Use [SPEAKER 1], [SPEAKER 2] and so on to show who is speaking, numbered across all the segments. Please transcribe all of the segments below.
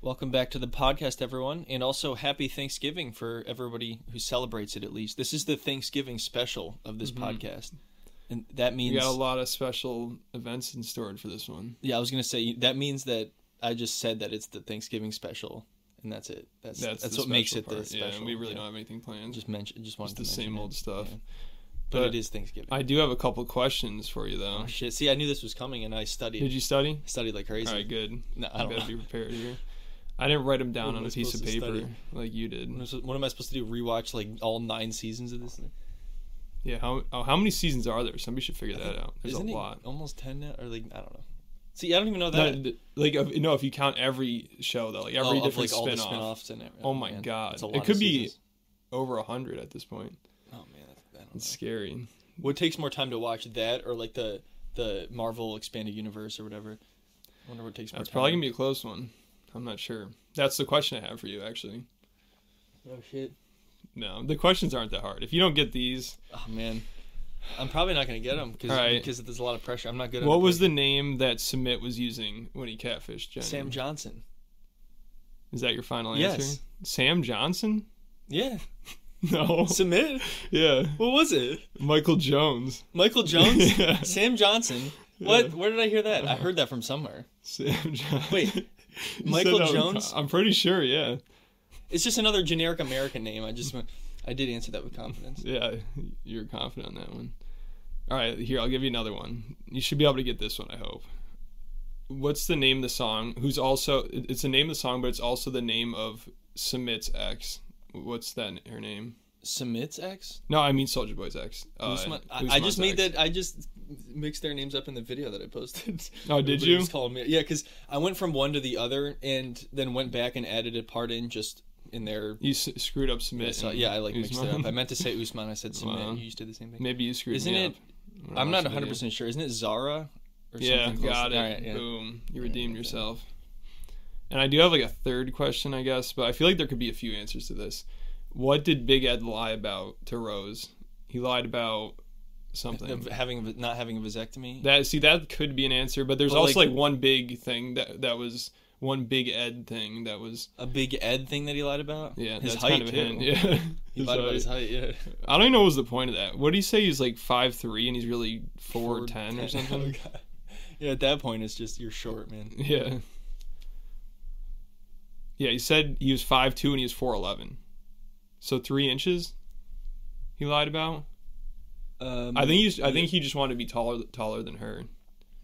[SPEAKER 1] Welcome back to the podcast, everyone, and also happy Thanksgiving for everybody who celebrates it. At least this is the Thanksgiving special of this podcast, and that
[SPEAKER 2] Mm-hmm. We
[SPEAKER 1] means
[SPEAKER 2] got a lot of special events in store for this one.
[SPEAKER 1] yeah. I was gonna say that means that I just said that it's the Thanksgiving special, and that's it. That's that's,
[SPEAKER 2] That's, the
[SPEAKER 1] what makes it
[SPEAKER 2] special
[SPEAKER 1] the
[SPEAKER 2] part.
[SPEAKER 1] special.
[SPEAKER 2] Yeah, and we really
[SPEAKER 1] yeah.
[SPEAKER 2] don't have anything planned.
[SPEAKER 1] just mention just wanted
[SPEAKER 2] the
[SPEAKER 1] to mention
[SPEAKER 2] same
[SPEAKER 1] it.
[SPEAKER 2] old stuff.
[SPEAKER 1] yeah. But,
[SPEAKER 2] But,
[SPEAKER 1] it is Thanksgiving.
[SPEAKER 2] I do have a couple questions for you though.
[SPEAKER 1] oh, shit. See, I knew this was coming, and I studied
[SPEAKER 2] Did you study?
[SPEAKER 1] studied like crazy.
[SPEAKER 2] All right, good.
[SPEAKER 1] No, I
[SPEAKER 2] I
[SPEAKER 1] don't
[SPEAKER 2] gotta
[SPEAKER 1] know.
[SPEAKER 2] be prepared here. I didn't write them down
[SPEAKER 1] What am
[SPEAKER 2] on a
[SPEAKER 1] I
[SPEAKER 2] piece of
[SPEAKER 1] supposed to
[SPEAKER 2] paper
[SPEAKER 1] study?
[SPEAKER 2] like you did.
[SPEAKER 1] What am I supposed- What am I supposed to do? Rewatch like all nine seasons of this thing?
[SPEAKER 2] Yeah, how oh, how many seasons are there? Somebody should figure
[SPEAKER 1] I
[SPEAKER 2] that
[SPEAKER 1] think-
[SPEAKER 2] out. There's a
[SPEAKER 1] Isn't it
[SPEAKER 2] lot.
[SPEAKER 1] Almost ten now, or like I don't know. See, I don't even know
[SPEAKER 2] No,
[SPEAKER 1] that.
[SPEAKER 2] th- like if- no, if you count every show though, like every
[SPEAKER 1] oh, of
[SPEAKER 2] different
[SPEAKER 1] like all the
[SPEAKER 2] spin-off,
[SPEAKER 1] spin-offs and everything.
[SPEAKER 2] Oh my
[SPEAKER 1] man.
[SPEAKER 2] God.
[SPEAKER 1] That's a
[SPEAKER 2] It
[SPEAKER 1] lot of
[SPEAKER 2] could be-
[SPEAKER 1] seasons.
[SPEAKER 2] over a hundred at this point.
[SPEAKER 1] Oh man, that's, I don't know.
[SPEAKER 2] It's scary.
[SPEAKER 1] What takes more time to watch that or like the the Marvel expanded universe or whatever? I wonder what takes more
[SPEAKER 2] That's
[SPEAKER 1] time.
[SPEAKER 2] probably gonna be a close one. I'm not sure. That's the question I have for you actually.
[SPEAKER 1] Oh shit.
[SPEAKER 2] No, the questions aren't that hard. If you don't get these,
[SPEAKER 1] Oh man, I'm probably not gonna get them because
[SPEAKER 2] All right.
[SPEAKER 1] because there's a lot of pressure. I'm not good.
[SPEAKER 2] what was the name that Submit was using when he catfished Jenny?
[SPEAKER 1] Sam Johnson?
[SPEAKER 2] Is that your final
[SPEAKER 1] Yes.
[SPEAKER 2] answer? Sam Johnson?
[SPEAKER 1] Yeah,
[SPEAKER 2] No.
[SPEAKER 1] submit.
[SPEAKER 2] yeah.
[SPEAKER 1] What was it?
[SPEAKER 2] Michael Jones.
[SPEAKER 1] Michael Jones,
[SPEAKER 2] Yeah.
[SPEAKER 1] Sam Johnson. What? Where did I hear that? I heard that from somewhere.
[SPEAKER 2] Sam Johnson.
[SPEAKER 1] Wait,
[SPEAKER 2] You said
[SPEAKER 1] Michael
[SPEAKER 2] that was-
[SPEAKER 1] Jones?
[SPEAKER 2] I'm pretty sure, yeah.
[SPEAKER 1] It's just another generic American name. I just went. I did answer that with confidence.
[SPEAKER 2] Yeah, you're confident on that one. All right, here, I'll give you another one. You should be able to get this one, I hope. What's the name of the song? Who's also, it- it's the name of the song, but it's also the name of Submit's ex. What's that, her name?
[SPEAKER 1] Submits X.
[SPEAKER 2] No, I mean Soldier Boy's ex. Uh,
[SPEAKER 1] Usman- I, I
[SPEAKER 2] Usman's
[SPEAKER 1] just made
[SPEAKER 2] ex.
[SPEAKER 1] that. I just mixed their names up in the video that I posted.
[SPEAKER 2] Oh, did
[SPEAKER 1] Everybody
[SPEAKER 2] you?
[SPEAKER 1] was calling me? Yeah, because I went from one to the other and then went back and added a part in just in their.
[SPEAKER 2] You s- screwed up Submit.
[SPEAKER 1] So
[SPEAKER 2] and
[SPEAKER 1] yeah, I like mixed it
[SPEAKER 2] Usman.
[SPEAKER 1] up. I meant to say Usman. I said Submit.
[SPEAKER 2] Wow.
[SPEAKER 1] You just did the same thing.
[SPEAKER 2] Maybe you screwed
[SPEAKER 1] Isn't
[SPEAKER 2] me
[SPEAKER 1] it-
[SPEAKER 2] up. when I
[SPEAKER 1] I'm not
[SPEAKER 2] watched the
[SPEAKER 1] 100
[SPEAKER 2] video.
[SPEAKER 1] percent sure. Isn't it Zara? Or
[SPEAKER 2] Yeah,
[SPEAKER 1] something close
[SPEAKER 2] got it.
[SPEAKER 1] to- All right, yeah.
[SPEAKER 2] Boom. You redeemed yourself. And I do have like a third question, I guess, but I feel like there could be a few answers to this. What did Big Ed lie about to Rose? He lied about something.
[SPEAKER 1] Of Having a- not having a vasectomy.
[SPEAKER 2] That see that could be an answer, but there's
[SPEAKER 1] But,
[SPEAKER 2] also
[SPEAKER 1] like-
[SPEAKER 2] like, one big thing that that was one Big Ed thing that was
[SPEAKER 1] a big Ed thing that he lied about.
[SPEAKER 2] yeah
[SPEAKER 1] his
[SPEAKER 2] that's
[SPEAKER 1] height.
[SPEAKER 2] kind of a
[SPEAKER 1] too.
[SPEAKER 2] hint. Yeah.
[SPEAKER 1] He
[SPEAKER 2] His
[SPEAKER 1] lied about his height.
[SPEAKER 2] height.
[SPEAKER 1] Yeah.
[SPEAKER 2] I don't even know what was the point of that. What did he say? He's like five three and he's really four ten or
[SPEAKER 1] 4'10"
[SPEAKER 2] something.
[SPEAKER 1] Oh, God. yeah, at that point, it's just you're short, man.
[SPEAKER 2] Yeah. Yeah, he said he was five two and he was four eleven. So three inches he lied about.
[SPEAKER 1] Um,
[SPEAKER 2] I think he's I think he just wanted to be taller taller than her.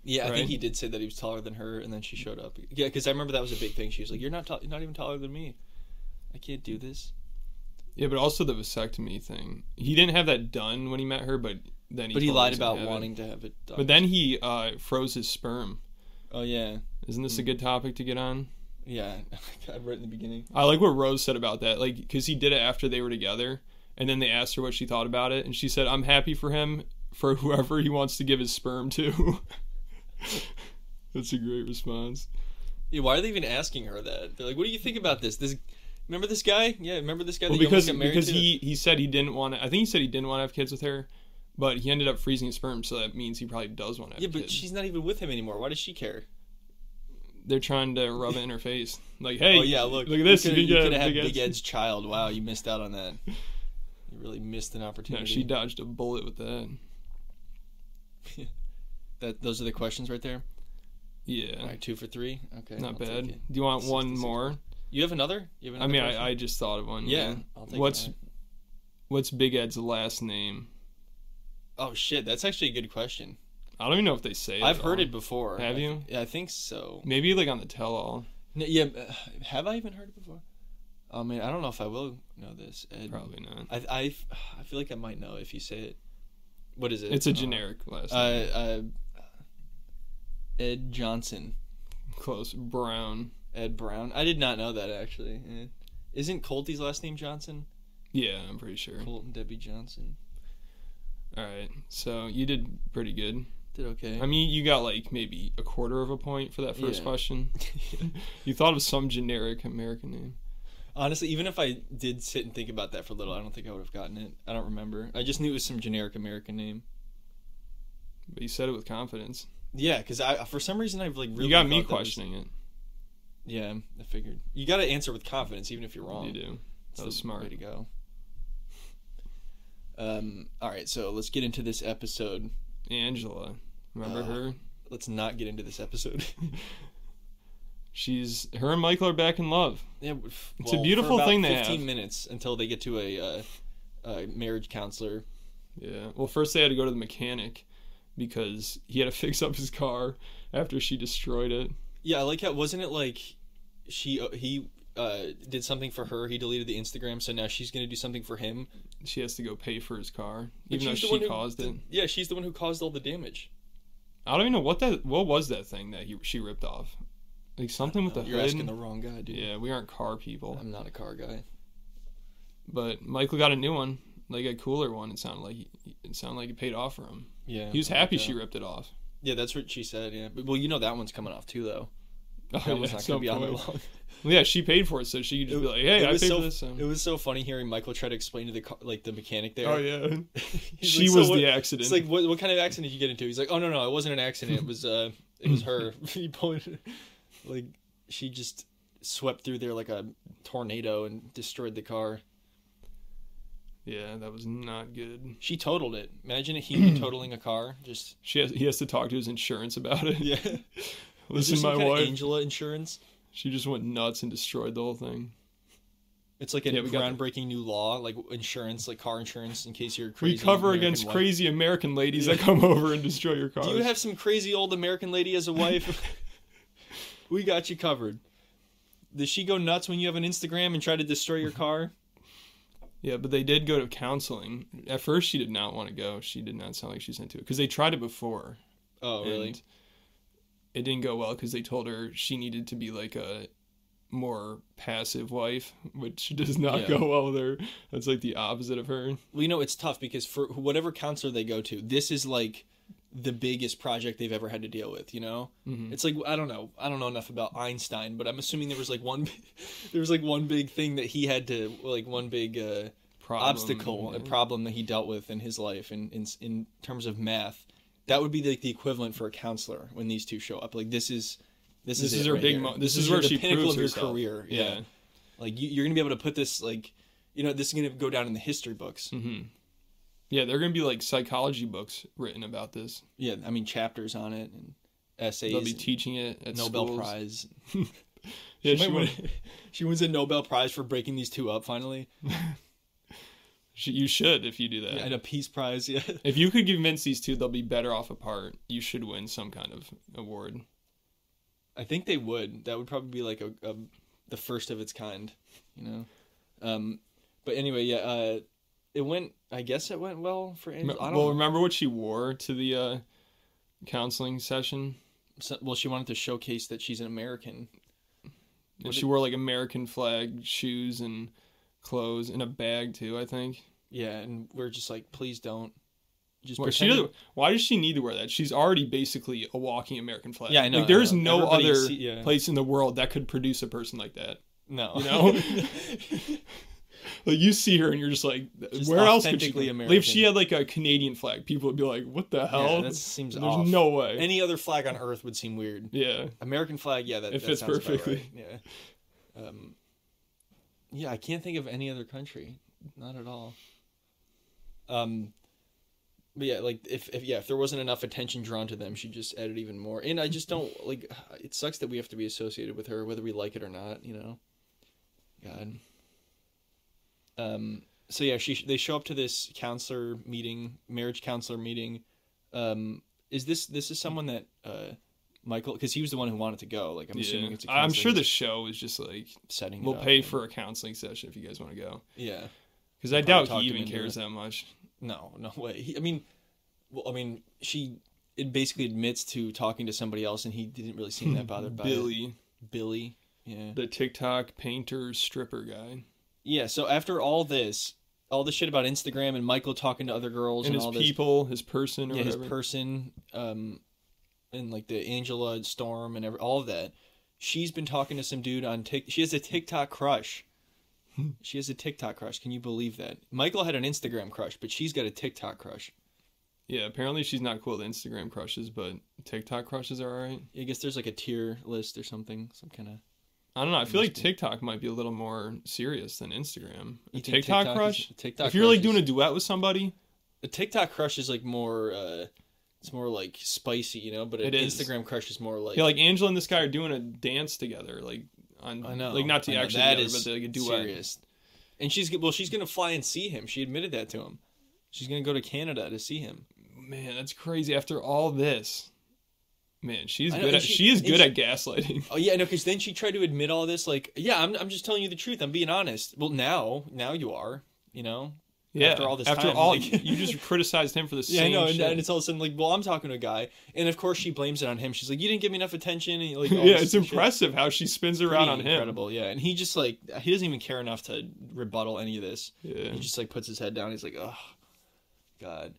[SPEAKER 1] Yeah, I
[SPEAKER 2] right?
[SPEAKER 1] think he did say that he was taller than her, and then she showed up. Yeah, because I remember that was a big thing. She was like, "You're not ta- not even taller than me. I can't do this."
[SPEAKER 2] Yeah, but also the vasectomy thing. He didn't have that done when he met her, but then he
[SPEAKER 1] But he
[SPEAKER 2] told
[SPEAKER 1] lied
[SPEAKER 2] us to
[SPEAKER 1] about
[SPEAKER 2] have it.
[SPEAKER 1] wanting to have it done.
[SPEAKER 2] But then he uh, froze his sperm.
[SPEAKER 1] oh yeah,
[SPEAKER 2] Isn't this a good topic to get on?
[SPEAKER 1] yeah, God, right in the beginning.
[SPEAKER 2] I like what Rose said about that. Like, because he did it after they were together, and then they asked her what she thought about it, and she said, "I'm happy for him for whoever he wants to give his sperm to." That's a great response.
[SPEAKER 1] Yeah, why are they even asking her that? They're like, "What do you think about this? This remember this guy? Yeah, remember this guy
[SPEAKER 2] Well,
[SPEAKER 1] that you almost
[SPEAKER 2] because
[SPEAKER 1] got married
[SPEAKER 2] because
[SPEAKER 1] to?"
[SPEAKER 2] he he said he didn't want to. I think he said he didn't want to have kids with her, but he ended up freezing his sperm, so that means he probably does want to. Have
[SPEAKER 1] yeah, but
[SPEAKER 2] kids.
[SPEAKER 1] she's not even with him anymore. Why does she care?
[SPEAKER 2] they're trying to rub it in her face. Like, hey,
[SPEAKER 1] oh yeah, look,
[SPEAKER 2] look at this.
[SPEAKER 1] You could
[SPEAKER 2] Big Ed-
[SPEAKER 1] have had
[SPEAKER 2] Big Ed's-
[SPEAKER 1] Big Ed's child. Wow, you missed out on that. You really missed an opportunity.
[SPEAKER 2] No, she dodged a bullet with that.
[SPEAKER 1] that those are the questions right there.
[SPEAKER 2] Yeah,
[SPEAKER 1] All right, two for three. Okay, I'll
[SPEAKER 2] not
[SPEAKER 1] take
[SPEAKER 2] bad.
[SPEAKER 1] it.
[SPEAKER 2] Do you want one
[SPEAKER 1] 66.
[SPEAKER 2] more?
[SPEAKER 1] You have another? You have
[SPEAKER 2] I
[SPEAKER 1] another
[SPEAKER 2] mean,
[SPEAKER 1] question?
[SPEAKER 2] I, I just thought of one.
[SPEAKER 1] yeah. I'll take
[SPEAKER 2] What's
[SPEAKER 1] another.
[SPEAKER 2] what's Big Ed's last name?
[SPEAKER 1] Oh shit, that's actually a good question.
[SPEAKER 2] I don't even know if they say. it
[SPEAKER 1] I've
[SPEAKER 2] at
[SPEAKER 1] heard
[SPEAKER 2] all.
[SPEAKER 1] it before.
[SPEAKER 2] Have
[SPEAKER 1] I-
[SPEAKER 2] you?
[SPEAKER 1] Yeah, I think so.
[SPEAKER 2] Maybe like on the tell-all.
[SPEAKER 1] N- yeah, uh, have I even heard it before? I mean, I don't know if I will know this. Ed.
[SPEAKER 2] Probably not.
[SPEAKER 1] I, I I feel like I might know if you say it. What is it?
[SPEAKER 2] It's a
[SPEAKER 1] Uh,
[SPEAKER 2] generic last
[SPEAKER 1] Uh,
[SPEAKER 2] name.
[SPEAKER 1] uh, Ed Johnson,
[SPEAKER 2] Close. Brown.
[SPEAKER 1] Ed Brown. I did not know that actually. Eh. Isn't Colty's last name Johnson?
[SPEAKER 2] Yeah, I'm pretty sure.
[SPEAKER 1] Colton Debbie Johnson.
[SPEAKER 2] All right. So you did pretty good.
[SPEAKER 1] Did okay.
[SPEAKER 2] I mean, you got like maybe a quarter of a point for that first
[SPEAKER 1] Yeah.
[SPEAKER 2] question. You thought of some generic American name.
[SPEAKER 1] Honestly, even if I did sit and think about that for a little, I don't think I would have gotten it. I don't remember. I just knew it was some generic American name.
[SPEAKER 2] But you said it with confidence.
[SPEAKER 1] Yeah, because I for some reason I've like really
[SPEAKER 2] you got me
[SPEAKER 1] thought that was-
[SPEAKER 2] questioning it.
[SPEAKER 1] Yeah, I figured. You got to answer with confidence, even if you're wrong.
[SPEAKER 2] You do.
[SPEAKER 1] It's
[SPEAKER 2] That was
[SPEAKER 1] the
[SPEAKER 2] smart.
[SPEAKER 1] Way to go. Um, all right, so let's get into this episode.
[SPEAKER 2] Angela, remember
[SPEAKER 1] Uh,
[SPEAKER 2] her?
[SPEAKER 1] Let's not get into this episode.
[SPEAKER 2] She's her and Michael are back in love.
[SPEAKER 1] yeah, w- f-
[SPEAKER 2] It's a
[SPEAKER 1] well, for
[SPEAKER 2] beautiful
[SPEAKER 1] about
[SPEAKER 2] thing they have.
[SPEAKER 1] Fifteen minutes until they get to a, uh, a marriage counselor.
[SPEAKER 2] Yeah. Well, first they had to go to the mechanic because he had to fix up his car after she destroyed it.
[SPEAKER 1] Yeah, I like how wasn't it like she uh, he uh, did something for her. He deleted the Instagram, so now she's gonna do something for him.
[SPEAKER 2] She has to go pay for his car,
[SPEAKER 1] But
[SPEAKER 2] even though
[SPEAKER 1] she's the one
[SPEAKER 2] she
[SPEAKER 1] who
[SPEAKER 2] caused
[SPEAKER 1] did-
[SPEAKER 2] it.
[SPEAKER 1] Yeah, she's the one who caused all the damage.
[SPEAKER 2] I don't even know what that. What was that thing that he, she ripped off? Like something with the
[SPEAKER 1] You're
[SPEAKER 2] hood.
[SPEAKER 1] asking the wrong guy, dude.
[SPEAKER 2] yeah, we aren't car people.
[SPEAKER 1] I'm not a car guy.
[SPEAKER 2] But Michael got a new one, like a cooler one. It sounded like he, it sounded like it paid off for him.
[SPEAKER 1] Yeah,
[SPEAKER 2] He was
[SPEAKER 1] I like
[SPEAKER 2] happy
[SPEAKER 1] that.
[SPEAKER 2] she ripped it off.
[SPEAKER 1] Yeah, that's what she said. Yeah, but, well, you know that one's coming off too, though.
[SPEAKER 2] Oh,
[SPEAKER 1] That one's
[SPEAKER 2] yeah,
[SPEAKER 1] not
[SPEAKER 2] at
[SPEAKER 1] gonna
[SPEAKER 2] some
[SPEAKER 1] be on there
[SPEAKER 2] point.
[SPEAKER 1] long.
[SPEAKER 2] Well, yeah, she paid for it, so she could just
[SPEAKER 1] It-
[SPEAKER 2] be like, "Hey,
[SPEAKER 1] it
[SPEAKER 2] I paid
[SPEAKER 1] was so-
[SPEAKER 2] for this." um,
[SPEAKER 1] It was so funny hearing Michael try to explain to the car, like the mechanic there.
[SPEAKER 2] oh yeah,
[SPEAKER 1] He's
[SPEAKER 2] she
[SPEAKER 1] like, "So
[SPEAKER 2] was
[SPEAKER 1] what-
[SPEAKER 2] the accident.
[SPEAKER 1] It's like what, what kind of accident did you get into? He's like, oh no no, it wasn't an accident. It was uh, it was her. he pointed, like she just swept through there like a tornado and destroyed the car.
[SPEAKER 2] yeah, that was not good.
[SPEAKER 1] She totaled it. Imagine a human totaling a car. Just
[SPEAKER 2] She has, he has to talk to his insurance about it.
[SPEAKER 1] yeah. Is
[SPEAKER 2] Listen,
[SPEAKER 1] there
[SPEAKER 2] my
[SPEAKER 1] some kind of
[SPEAKER 2] wife,
[SPEAKER 1] Angela Insurance.
[SPEAKER 2] she just went nuts and destroyed the whole thing.
[SPEAKER 1] It's like a
[SPEAKER 2] Yeah, we got the-
[SPEAKER 1] groundbreaking new law, like insurance, like car insurance, in case you're a
[SPEAKER 2] We
[SPEAKER 1] crazy.
[SPEAKER 2] cover
[SPEAKER 1] American
[SPEAKER 2] against
[SPEAKER 1] wife.
[SPEAKER 2] crazy American ladies that come over and destroy your cars.
[SPEAKER 1] Do you have some crazy old American lady as a wife? we got you covered. Does she go nuts when you have an Instagram and try to destroy your car?
[SPEAKER 2] yeah, but they did go to counseling. At first, she did not want to go. She did not sound like she's into it because they tried it before.
[SPEAKER 1] Oh, really?
[SPEAKER 2] and It didn't go well because they told her she needed to be like a more passive wife, which does not
[SPEAKER 1] Yeah.
[SPEAKER 2] go well with her. That's like the opposite of her.
[SPEAKER 1] Well, you know, it's tough because for whatever counselor they go to, this is like the biggest project they've ever had to deal with, you know?
[SPEAKER 2] Mhm.
[SPEAKER 1] It's like I don't know. I don't know enough about Einstein, but I'm assuming there was like one there was like one big thing that he had to like one big uh
[SPEAKER 2] Problem,
[SPEAKER 1] obstacle, a
[SPEAKER 2] yeah.
[SPEAKER 1] problem that he dealt with in his life, and in, in terms of math, that would be like the equivalent for a counselor when these two show up. Like this is this,
[SPEAKER 2] This
[SPEAKER 1] is,
[SPEAKER 2] is
[SPEAKER 1] it
[SPEAKER 2] her
[SPEAKER 1] right
[SPEAKER 2] big
[SPEAKER 1] here.
[SPEAKER 2] mo- this is where
[SPEAKER 1] the
[SPEAKER 2] she
[SPEAKER 1] pinnacle
[SPEAKER 2] proves
[SPEAKER 1] of your
[SPEAKER 2] herself.
[SPEAKER 1] career. Yeah.
[SPEAKER 2] Yeah.
[SPEAKER 1] like you, you're gonna be able to put this like you know this is gonna go down in the history books.
[SPEAKER 2] Mm-hmm. Yeah, there are going to be like psychology books written about this.
[SPEAKER 1] Yeah, I mean chapters on it and essays.
[SPEAKER 2] They'll be
[SPEAKER 1] and
[SPEAKER 2] teaching it at
[SPEAKER 1] Nobel
[SPEAKER 2] schools.
[SPEAKER 1] Prize.
[SPEAKER 2] Yeah,
[SPEAKER 1] She,
[SPEAKER 2] she,
[SPEAKER 1] might
[SPEAKER 2] went,
[SPEAKER 1] win- she wins a Nobel Prize for breaking these two up finally,
[SPEAKER 2] she, you should if you do that.
[SPEAKER 1] and a Peace Prize. Yeah,
[SPEAKER 2] if you could convince these two they'll be better off apart, you should win some kind of award.
[SPEAKER 1] I think they would. That would probably be like a, a the first of its kind, you know. Um, but anyway, yeah, uh, it went. I guess it went well for Angel. I don't
[SPEAKER 2] well,
[SPEAKER 1] know.
[SPEAKER 2] remember what she wore to the uh, counseling session?
[SPEAKER 1] So- well, she wanted to showcase that she's an American.
[SPEAKER 2] And she wore like American flag shoes and clothes and a bag too, I think.
[SPEAKER 1] Yeah, and we're just like, please don't. Just
[SPEAKER 2] Why, she
[SPEAKER 1] pretend-
[SPEAKER 2] doesn't, why does she need to wear that? She's already basically a walking American flag.
[SPEAKER 1] Yeah, I know,
[SPEAKER 2] Like, there
[SPEAKER 1] I
[SPEAKER 2] is
[SPEAKER 1] know.
[SPEAKER 2] no
[SPEAKER 1] Everybody
[SPEAKER 2] other
[SPEAKER 1] see- yeah.
[SPEAKER 2] place in the world that could produce a person like that.
[SPEAKER 1] No,
[SPEAKER 2] You know? Like you see her and you're just like,
[SPEAKER 1] Just
[SPEAKER 2] where else could she?
[SPEAKER 1] authentically
[SPEAKER 2] go? Like,
[SPEAKER 1] American.
[SPEAKER 2] if she had like a Canadian flag, people would be like, what the hell?
[SPEAKER 1] that seems
[SPEAKER 2] There's
[SPEAKER 1] off.
[SPEAKER 2] no way.
[SPEAKER 1] Any other flag on Earth would seem weird.
[SPEAKER 2] yeah,
[SPEAKER 1] American flag, yeah, that,
[SPEAKER 2] It
[SPEAKER 1] that
[SPEAKER 2] fits
[SPEAKER 1] sounds about
[SPEAKER 2] perfectly.
[SPEAKER 1] right, Yeah. Um, yeah, I can't think of any other country. Not at all. Um, but yeah, like if, if yeah, if there wasn't enough attention drawn to them, she just added even more. And I just don't like. It sucks that we have to be associated with her, whether we like it or not. You know. God. Um. So yeah, she they show up to this counselor meeting, marriage counselor meeting. Um. Is this this is someone that uh, Michael? Because he was the one who wanted to go. Like I'm
[SPEAKER 2] yeah.
[SPEAKER 1] assuming it's. A
[SPEAKER 2] I'm
[SPEAKER 1] counselor
[SPEAKER 2] sure the
[SPEAKER 1] who's
[SPEAKER 2] show is just like,
[SPEAKER 1] setting. it
[SPEAKER 2] we'll
[SPEAKER 1] up
[SPEAKER 2] pay
[SPEAKER 1] and-
[SPEAKER 2] for a counseling session if you guys want to go.
[SPEAKER 1] Yeah.
[SPEAKER 2] Because I
[SPEAKER 1] Probably
[SPEAKER 2] doubt
[SPEAKER 1] talked
[SPEAKER 2] he
[SPEAKER 1] him
[SPEAKER 2] even
[SPEAKER 1] into
[SPEAKER 2] cares that much.
[SPEAKER 1] No, no way. He, I mean, well, I mean, she it basically admits to talking to somebody else, and he didn't really seem that bothered by it.
[SPEAKER 2] Billy,
[SPEAKER 1] Billy. Yeah.
[SPEAKER 2] the TikTok painter stripper guy,
[SPEAKER 1] Yeah. So after all this, all the shit about Instagram and Michael talking to other girls
[SPEAKER 2] and
[SPEAKER 1] and,
[SPEAKER 2] his
[SPEAKER 1] all this,
[SPEAKER 2] people, his person, or
[SPEAKER 1] yeah, his
[SPEAKER 2] whatever.
[SPEAKER 1] person, um, and like the Angela and Storm and every, all of that. She's been talking to some dude on Tik. She has a TikTok crush. She has a TikTok crush. Can you believe that? Michael had an Instagram crush, but she's got a TikTok crush.
[SPEAKER 2] yeah, apparently she's not cool with Instagram crushes, but TikTok crushes are alright.
[SPEAKER 1] I guess there's like a tier list or something, some kind of
[SPEAKER 2] I don't know. I feel like
[SPEAKER 1] must be.
[SPEAKER 2] TikTok might be a little more serious than Instagram. A
[SPEAKER 1] You think
[SPEAKER 2] TikTok,
[SPEAKER 1] TikTok
[SPEAKER 2] crush?
[SPEAKER 1] is- TikTok
[SPEAKER 2] if you're like
[SPEAKER 1] crush
[SPEAKER 2] doing
[SPEAKER 1] is-
[SPEAKER 2] a duet with somebody,
[SPEAKER 1] The TikTok crush is like more. uh It's more like spicy, you know. But an
[SPEAKER 2] It is.
[SPEAKER 1] Instagram crush is more like.
[SPEAKER 2] yeah, like Angela and this guy are doing a dance together, like on,
[SPEAKER 1] I know.
[SPEAKER 2] like not
[SPEAKER 1] I
[SPEAKER 2] to
[SPEAKER 1] know,
[SPEAKER 2] actually
[SPEAKER 1] that
[SPEAKER 2] together,
[SPEAKER 1] is
[SPEAKER 2] but like a duet.
[SPEAKER 1] serious. And she's well, she's gonna fly and see him. She admitted that to him. She's gonna go to Canada to see him.
[SPEAKER 2] Man, that's crazy. After all this, man, she's
[SPEAKER 1] I know,
[SPEAKER 2] good.
[SPEAKER 1] and
[SPEAKER 2] At, she,
[SPEAKER 1] she-
[SPEAKER 2] is
[SPEAKER 1] and
[SPEAKER 2] good
[SPEAKER 1] she-
[SPEAKER 2] at gaslighting.
[SPEAKER 1] Oh yeah, no, because then she tried to admit all this, like, yeah, I'm, I'm just telling you the truth. I'm being honest. Well, now, now you are, you know.
[SPEAKER 2] Yeah,
[SPEAKER 1] After all this
[SPEAKER 2] after
[SPEAKER 1] time,
[SPEAKER 2] all,
[SPEAKER 1] like-
[SPEAKER 2] you just criticized him for the
[SPEAKER 1] Yeah, I
[SPEAKER 2] same
[SPEAKER 1] know. And,
[SPEAKER 2] shit.
[SPEAKER 1] and it's all of a sudden like, well, I'm talking to a guy, and of course she blames it on him. She's like, you didn't give me enough attention. And, like, all
[SPEAKER 2] yeah,
[SPEAKER 1] this
[SPEAKER 2] it's
[SPEAKER 1] shit.
[SPEAKER 2] impressive how she spins
[SPEAKER 1] Pretty
[SPEAKER 2] around on him.
[SPEAKER 1] Incredible, yeah. And he just like he doesn't even care enough to rebuttal any of this.
[SPEAKER 2] Yeah.
[SPEAKER 1] He just like puts his head down. He's like, oh, God.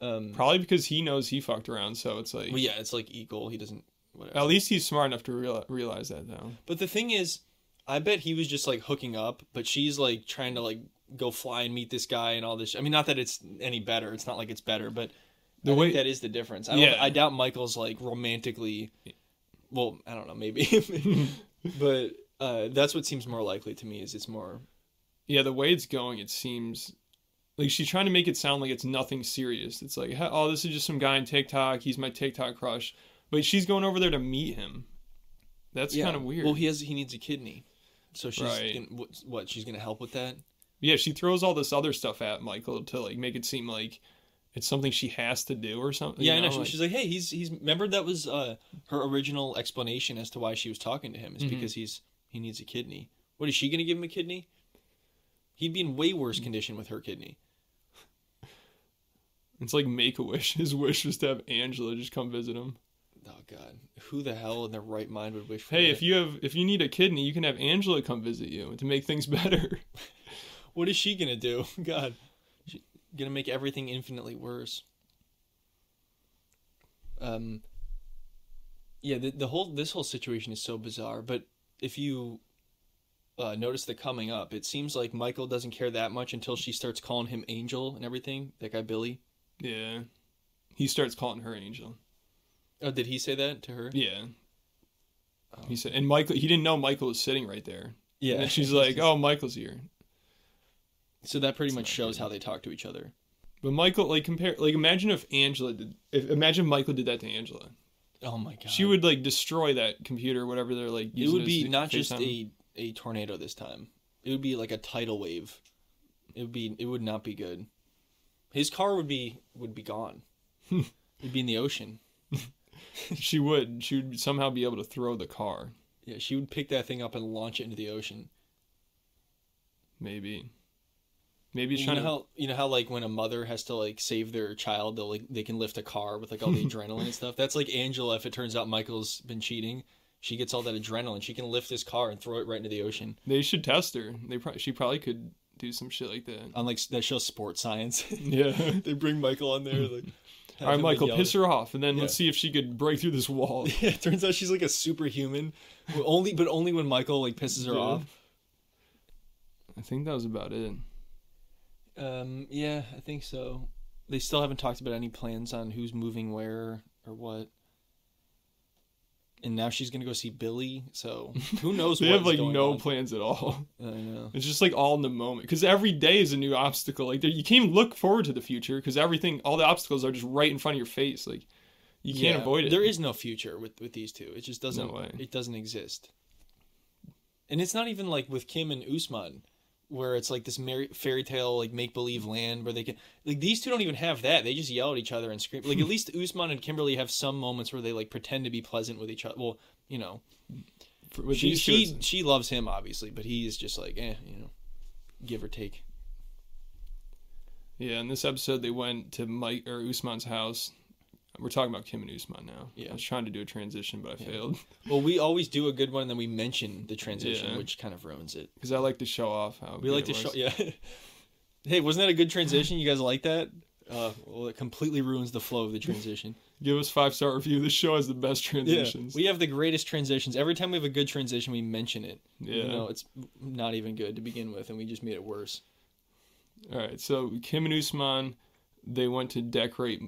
[SPEAKER 1] Um,
[SPEAKER 2] Probably because he knows he fucked around, so it's like
[SPEAKER 1] Well, yeah, it's like equal. He doesn't. Whatever.
[SPEAKER 2] at least he's smart enough to real- realize that though.
[SPEAKER 1] But the thing is, I bet he was just like hooking up, but she's like trying to like go fly and meet this guy and all this. sh- I mean, not that it's any better. It's not like it's better, but
[SPEAKER 2] The
[SPEAKER 1] I
[SPEAKER 2] way-
[SPEAKER 1] think that is the difference. I don't.
[SPEAKER 2] Yeah.
[SPEAKER 1] I doubt Michael's like romantically. Well, I don't know, maybe, but uh, that's what seems more likely to me. Is it's more
[SPEAKER 2] Yeah, the way it's going, it seems like she's trying to make it sound like it's nothing serious. It's like, "Huh, oh, this is just some guy on TikTok. He's my TikTok crush, but she's going over there to meet him. That's
[SPEAKER 1] yeah.
[SPEAKER 2] kind of weird.
[SPEAKER 1] Well, he has he needs a kidney, so she's
[SPEAKER 2] Right.
[SPEAKER 1] gonna, what, what she's gonna help with that.
[SPEAKER 2] yeah, she throws all this other stuff at Michael to like make it seem like it's something she has to do or something.
[SPEAKER 1] Yeah,
[SPEAKER 2] you
[SPEAKER 1] I know.
[SPEAKER 2] know,
[SPEAKER 1] She-
[SPEAKER 2] like-
[SPEAKER 1] she's like, hey, he's he's. Remember that was uh, her original explanation as to why she was talking to him is because he's he needs a kidney. What is she gonna give him a kidney? He'd be in way worse condition with her kidney.
[SPEAKER 2] it's like make a wish. His wish was to have Angela just come visit him.
[SPEAKER 1] Oh God, who the hell in their right mind would wish for
[SPEAKER 2] Hey,
[SPEAKER 1] that?
[SPEAKER 2] if you have if you need a kidney, you can have Angela come visit you to make things better.
[SPEAKER 1] What is she gonna do? God, she gonna make everything infinitely worse. Um. Yeah, the, the whole this whole situation is so bizarre. But if you uh, notice the coming up, it seems like Michael doesn't care that much until she starts calling him Angel and everything. That guy Billy.
[SPEAKER 2] Yeah. He starts calling her Angel.
[SPEAKER 1] Oh, did he say that to her?
[SPEAKER 2] Yeah. He said, and Michael, he didn't know Michael was sitting right there. Yeah. And then she's like, oh, Michael's here.
[SPEAKER 1] So that pretty much shows how they talk to each other.
[SPEAKER 2] But Michael, like, compare, like, imagine if Angela did, if, imagine Michael did that to Angela.
[SPEAKER 1] Oh my God.
[SPEAKER 2] She would, like, destroy that computer, whatever they're, like,
[SPEAKER 1] It
[SPEAKER 2] using
[SPEAKER 1] would
[SPEAKER 2] as
[SPEAKER 1] be
[SPEAKER 2] to
[SPEAKER 1] not just
[SPEAKER 2] FaceTime.
[SPEAKER 1] a a tornado this time. It would be like a tidal wave. It would be it would not be good. His car would be would be gone. It'd be in the ocean.
[SPEAKER 2] She would. She would somehow be able to throw the car,
[SPEAKER 1] Yeah, she would pick that thing up and launch it into the ocean.
[SPEAKER 2] maybe. Maybe he's
[SPEAKER 1] You
[SPEAKER 2] trying
[SPEAKER 1] know
[SPEAKER 2] to.
[SPEAKER 1] how you know how like when a mother has to like save their child, they will like they can lift a car with like all the adrenaline and stuff. That's like Angela. If it turns out Michael's been cheating, she gets all that adrenaline. She can lift this car and throw it right into the ocean.
[SPEAKER 2] They should test her. They pro- She probably could do some shit like that.
[SPEAKER 1] On like s- that show, Sports Science.
[SPEAKER 2] Yeah.
[SPEAKER 1] they bring Michael on there. Like,
[SPEAKER 2] All right, Michael, piss her off, and then let's
[SPEAKER 1] Yeah.
[SPEAKER 2] see if she could break through this wall.
[SPEAKER 1] Yeah, it turns out she's like a superhuman. Well, Only, but only when Michael like pisses her
[SPEAKER 2] Yeah.
[SPEAKER 1] off.
[SPEAKER 2] I think that was about it.
[SPEAKER 1] Um, yeah, I think so. They still haven't talked about any plans on who's moving where or what. And now she's gonna go see Billy. So who knows?
[SPEAKER 2] They
[SPEAKER 1] what
[SPEAKER 2] have
[SPEAKER 1] is
[SPEAKER 2] like
[SPEAKER 1] going
[SPEAKER 2] no
[SPEAKER 1] on.
[SPEAKER 2] plans at all.
[SPEAKER 1] I know.
[SPEAKER 2] It's just like all in the moment because every day is a new obstacle. Like there, you can't even look forward to the future because everything, all the obstacles are just right in front of your face. Like you can't
[SPEAKER 1] Yeah,
[SPEAKER 2] avoid it.
[SPEAKER 1] There is no future with with these two. It just doesn't.
[SPEAKER 2] No way.
[SPEAKER 1] It doesn't exist. And it's not even like with Kim and Usman, where it's like this mer- fairy tale like make believe land where they can like these two don't even have that. They just yell at each other and scream. Like at least Usman and Kimberly have some moments where they like pretend to be pleasant with each other. Well, you know,
[SPEAKER 2] For- With
[SPEAKER 1] she
[SPEAKER 2] these two,
[SPEAKER 1] she
[SPEAKER 2] it's-
[SPEAKER 1] she loves him obviously, but he is just like eh, you know, give or take.
[SPEAKER 2] yeah. In this episode, they went to Mike or Usman's house. We're talking about Kim and Usman now.
[SPEAKER 1] Yeah.
[SPEAKER 2] I was trying to do a transition, but I failed
[SPEAKER 1] Well, we always do a good one, and then we mention the transition,
[SPEAKER 2] Yeah.
[SPEAKER 1] which kind of ruins it.
[SPEAKER 2] because I like to show off how
[SPEAKER 1] We
[SPEAKER 2] good
[SPEAKER 1] like
[SPEAKER 2] it
[SPEAKER 1] to show.
[SPEAKER 2] was.
[SPEAKER 1] Yeah. hey, wasn't that a good transition? You guys like that? Uh, well, it completely ruins the flow of the transition.
[SPEAKER 2] Give us five star review. This show has the best transitions.
[SPEAKER 1] We have the greatest transitions. Every time we have a good transition, we mention it.
[SPEAKER 2] Yeah.
[SPEAKER 1] Even though it's not even good to begin with, and we just made it worse.
[SPEAKER 2] All right, so Kim and Usman, they went to decorate.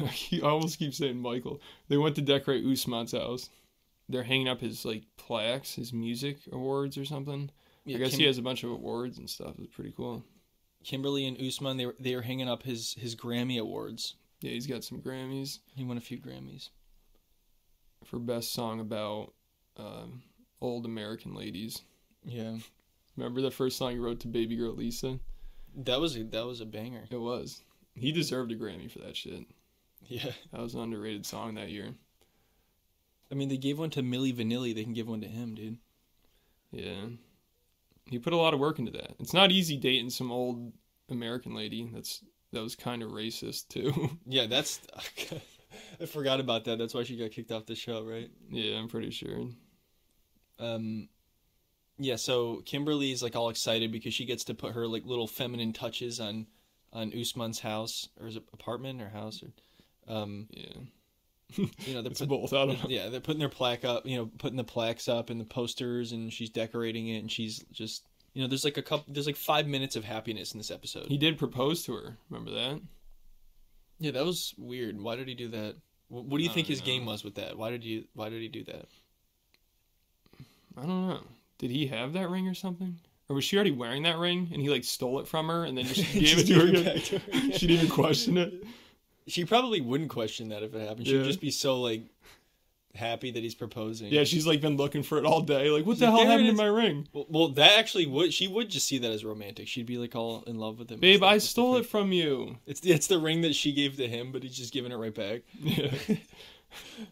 [SPEAKER 2] I almost keep saying Michael. They went to decorate Usman's house. they're hanging up his like plaques, his music awards or something.
[SPEAKER 1] Yeah,
[SPEAKER 2] I guess
[SPEAKER 1] Kim-
[SPEAKER 2] he has a bunch of awards and stuff. It's pretty cool.
[SPEAKER 1] Kimberly and Usman they were, they are hanging up his his Grammy awards.
[SPEAKER 2] Yeah, he's got some Grammys
[SPEAKER 1] He won a few Grammys.
[SPEAKER 2] for best song about um, old American ladies.
[SPEAKER 1] Yeah,
[SPEAKER 2] Remember the first song he wrote to Baby Girl Lisa?
[SPEAKER 1] that was a, that was a banger.
[SPEAKER 2] It was. He deserved a Grammy for that shit.
[SPEAKER 1] Yeah,
[SPEAKER 2] That was an underrated song that year.
[SPEAKER 1] I mean they gave one to Millie Vanilli. They can give one to him, dude.
[SPEAKER 2] Yeah. He put a lot of work into that. It's not easy dating some old American lady that's that was kind of racist too.
[SPEAKER 1] Yeah, that's I forgot about that. That's why she got kicked off the show, right?
[SPEAKER 2] yeah, I'm pretty sure.
[SPEAKER 1] Um, yeah. So Kimberly's like all excited because she gets to put her like little feminine touches on on Usman's house or his apartment or house or, um,
[SPEAKER 2] Yeah.
[SPEAKER 1] you know, they're
[SPEAKER 2] It's
[SPEAKER 1] put-
[SPEAKER 2] both. I don't know.
[SPEAKER 1] yeah, they're putting their plaque up, you know, putting the plaques up and the posters, and she's decorating it, and she's just, you know, there's like a couple, there's like five minutes of happiness in this episode.
[SPEAKER 2] He did propose to her. Remember that?
[SPEAKER 1] yeah, that was weird. Why did he do that? Wh- What do you
[SPEAKER 2] I
[SPEAKER 1] think
[SPEAKER 2] don't
[SPEAKER 1] his
[SPEAKER 2] know.
[SPEAKER 1] game was with that? Why did he? Why did he do that?
[SPEAKER 2] I don't know. Did he have that ring or something? Or was she already wearing that ring and he like stole it from her and then just gave
[SPEAKER 1] Just
[SPEAKER 2] it to her?
[SPEAKER 1] gave it
[SPEAKER 2] again?
[SPEAKER 1] back to her.
[SPEAKER 2] she didn't even question it.
[SPEAKER 1] She probably wouldn't question that if it happened. She'd
[SPEAKER 2] Yeah.
[SPEAKER 1] just be so like happy that he's proposing.
[SPEAKER 2] Yeah, she's like been looking for it all day. Like, what
[SPEAKER 1] She's
[SPEAKER 2] the
[SPEAKER 1] like,
[SPEAKER 2] hell
[SPEAKER 1] "There it
[SPEAKER 2] happened to
[SPEAKER 1] is."
[SPEAKER 2] my ring?
[SPEAKER 1] Well, well, that actually would she would just see that as romantic. She'd be like all in love with him.
[SPEAKER 2] Babe, I stole it from you.
[SPEAKER 1] It's it's the ring that she gave to him, but he's just giving it right back.
[SPEAKER 2] Yeah.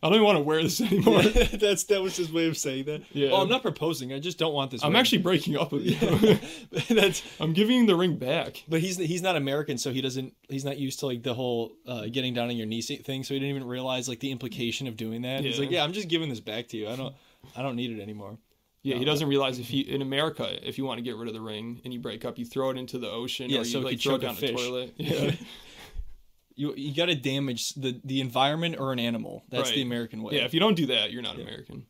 [SPEAKER 2] I don't even want to wear this anymore.
[SPEAKER 1] That's that was his way of saying that.
[SPEAKER 2] Yeah.
[SPEAKER 1] Oh, I'm not proposing. I just don't want this.
[SPEAKER 2] I'm
[SPEAKER 1] ring.
[SPEAKER 2] actually breaking up with you.
[SPEAKER 1] Yeah. That's
[SPEAKER 2] I'm giving you the ring back.
[SPEAKER 1] but he's he's not American, so he doesn't he's not used to like the whole uh, getting down on your knees thing. So he didn't even realize like the implication of doing that. He's
[SPEAKER 2] Yeah.
[SPEAKER 1] like, yeah, I'm just giving this back to you. I don't I don't need it anymore.
[SPEAKER 2] Yeah, he doesn't realize if he in America, if you want to get rid of the ring and you break up, you throw it into the ocean
[SPEAKER 1] Yeah,
[SPEAKER 2] or you
[SPEAKER 1] so it
[SPEAKER 2] like
[SPEAKER 1] could
[SPEAKER 2] throw it
[SPEAKER 1] choke a
[SPEAKER 2] down the
[SPEAKER 1] fish.
[SPEAKER 2] toilet. Yeah.
[SPEAKER 1] You you got to damage the the environment or an animal. That's
[SPEAKER 2] Right.
[SPEAKER 1] the American way.
[SPEAKER 2] yeah, if you don't do that, you're not American.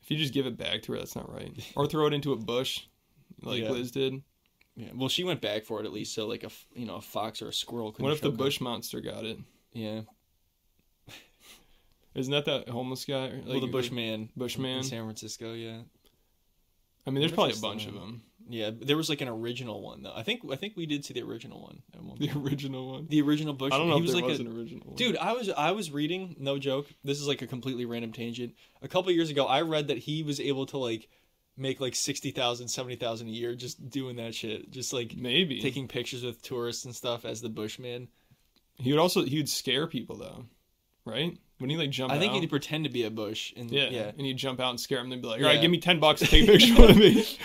[SPEAKER 2] If you just give it back to her, that's not right. Or throw it into a bush, like
[SPEAKER 1] Yeah.
[SPEAKER 2] Liz did.
[SPEAKER 1] Yeah, Well, she went back for it at least, so like a f- you know a fox or a squirrel. Couldn't
[SPEAKER 2] What if the
[SPEAKER 1] choke her.
[SPEAKER 2] bush monster got it?
[SPEAKER 1] Yeah.
[SPEAKER 2] Isn't that that homeless guy? Like,
[SPEAKER 1] well, the Bushman.
[SPEAKER 2] Bushman.
[SPEAKER 1] In San Francisco. Yeah.
[SPEAKER 2] I mean, there's
[SPEAKER 1] What
[SPEAKER 2] probably
[SPEAKER 1] if
[SPEAKER 2] a
[SPEAKER 1] it's
[SPEAKER 2] bunch
[SPEAKER 1] the-
[SPEAKER 2] of them.
[SPEAKER 1] Yeah. but There was like an original one though. I think I think we did see the original one. At one
[SPEAKER 2] The
[SPEAKER 1] point.
[SPEAKER 2] original one.
[SPEAKER 1] The original bush.
[SPEAKER 2] I don't know
[SPEAKER 1] he
[SPEAKER 2] if
[SPEAKER 1] was
[SPEAKER 2] there
[SPEAKER 1] like
[SPEAKER 2] was
[SPEAKER 1] a,
[SPEAKER 2] an original one.
[SPEAKER 1] Dude, I was I was reading, no joke. This is like a completely random tangent. A couple years ago, I read that he was able to like make like 60,000, 70,000 a year just doing that shit. Just like
[SPEAKER 2] maybe
[SPEAKER 1] taking pictures with tourists and stuff as the bushman.
[SPEAKER 2] he would also he would scare people though, right? When he like jump,
[SPEAKER 1] I think
[SPEAKER 2] out,
[SPEAKER 1] he'd pretend to be a bush and
[SPEAKER 2] yeah,
[SPEAKER 1] yeah.
[SPEAKER 2] and he'd jump out and scare them. They'd be like, "All right,
[SPEAKER 1] Yeah.
[SPEAKER 2] give me ten bucks to take a picture with me."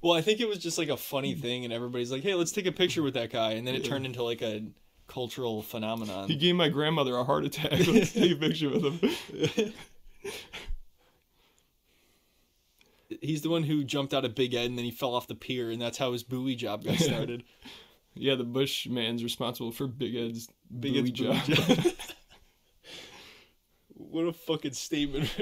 [SPEAKER 1] Well, I think it was just like a funny thing and everybody's like, "Hey, let's take a picture with that guy." And then it
[SPEAKER 2] Yeah.
[SPEAKER 1] turned into like a cultural
[SPEAKER 2] He
[SPEAKER 1] phenomenon.
[SPEAKER 2] gave my grandmother a heart attack. Let's take a picture with him.
[SPEAKER 1] He's the one who jumped out of Big Ed and then he fell off the pier and that's how his buoy job got started.
[SPEAKER 2] Yeah, the bush man's responsible for Big Ed's
[SPEAKER 1] Big
[SPEAKER 2] Big
[SPEAKER 1] Ed's
[SPEAKER 2] Ed's job.
[SPEAKER 1] buoy What a fucking statement.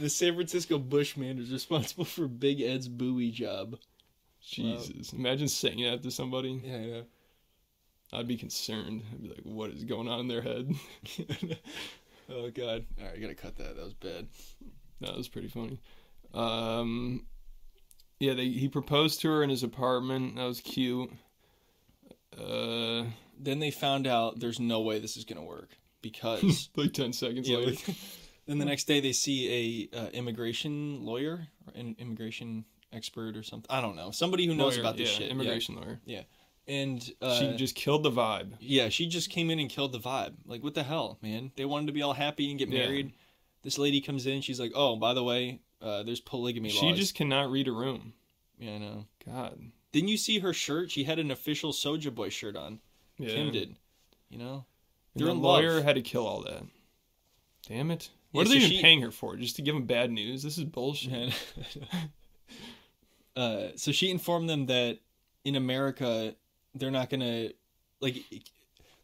[SPEAKER 1] the San Francisco Bushman is responsible for Big Ed's buoy job.
[SPEAKER 2] Jesus, imagine saying that to somebody.
[SPEAKER 1] Yeah, I know.
[SPEAKER 2] I'd be concerned. I'd be like, "What is going on in their head?"
[SPEAKER 1] Oh, God. All right, I got to cut that. That was bad.
[SPEAKER 2] That was pretty funny. Um, yeah, they, he proposed to her in his apartment. That was cute. Uh,
[SPEAKER 1] Then they found out there's no way this is going to work because.
[SPEAKER 2] like ten seconds
[SPEAKER 1] yeah,
[SPEAKER 2] later.
[SPEAKER 1] like- then
[SPEAKER 2] Hmm.
[SPEAKER 1] the next day they see a uh, immigration lawyer or an immigration expert or something. I don't know. Somebody who knows
[SPEAKER 2] Lawyer,
[SPEAKER 1] about this
[SPEAKER 2] yeah,
[SPEAKER 1] shit. yeah.
[SPEAKER 2] Immigration lawyer.
[SPEAKER 1] And uh,
[SPEAKER 2] she just killed the vibe.
[SPEAKER 1] Yeah, she just came in and killed the vibe. Like, what the hell, man? They wanted to be all happy and get
[SPEAKER 2] Yeah.
[SPEAKER 1] married. This lady comes in, she's like, "Oh, by the way, uh, there's polygamy
[SPEAKER 2] She
[SPEAKER 1] laws."
[SPEAKER 2] just cannot read a room.
[SPEAKER 1] yeah, I know.
[SPEAKER 2] God.
[SPEAKER 1] Didn't you see her shirt? She had an official Soja Boy shirt on.
[SPEAKER 2] Yeah.
[SPEAKER 1] Kim did. You know,
[SPEAKER 2] And
[SPEAKER 1] They're
[SPEAKER 2] the
[SPEAKER 1] in
[SPEAKER 2] lawyer
[SPEAKER 1] love.
[SPEAKER 2] had to kill all that. Damn it. What
[SPEAKER 1] Yeah,
[SPEAKER 2] are they
[SPEAKER 1] so
[SPEAKER 2] even
[SPEAKER 1] she-
[SPEAKER 2] paying her for? Just to give them bad news? This is bullshit.
[SPEAKER 1] And- uh, so she informed them that in America, they're not gonna like.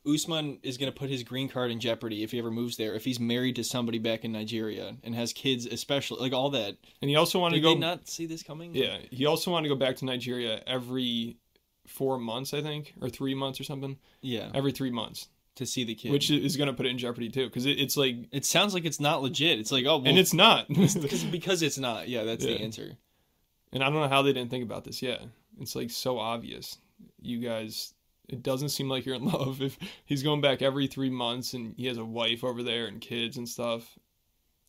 [SPEAKER 1] Usman is going to put his green card in jeopardy if he ever moves there. If he's married to somebody back in Nigeria and has kids, especially like all that.
[SPEAKER 2] And he also wanted
[SPEAKER 1] Did
[SPEAKER 2] to
[SPEAKER 1] they
[SPEAKER 2] go.
[SPEAKER 1] not see this coming?
[SPEAKER 2] Yeah, he also wanted to go back to Nigeria every four months, I think, or three months or something.
[SPEAKER 1] Yeah.
[SPEAKER 2] Every three months.
[SPEAKER 1] to see the kid.
[SPEAKER 2] which is going to put it in jeopardy too, because it, it's like,
[SPEAKER 1] it sounds like it's not legit. It's like oh, well,
[SPEAKER 2] and it's not.
[SPEAKER 1] because because it's not. Yeah, that's the
[SPEAKER 2] Yeah.
[SPEAKER 1] answer.
[SPEAKER 2] And I don't know how they didn't think about this yet. It's like so obvious. You guys, it doesn't seem like you're in love. If he's going back every three months and he has a wife over there and kids and stuff,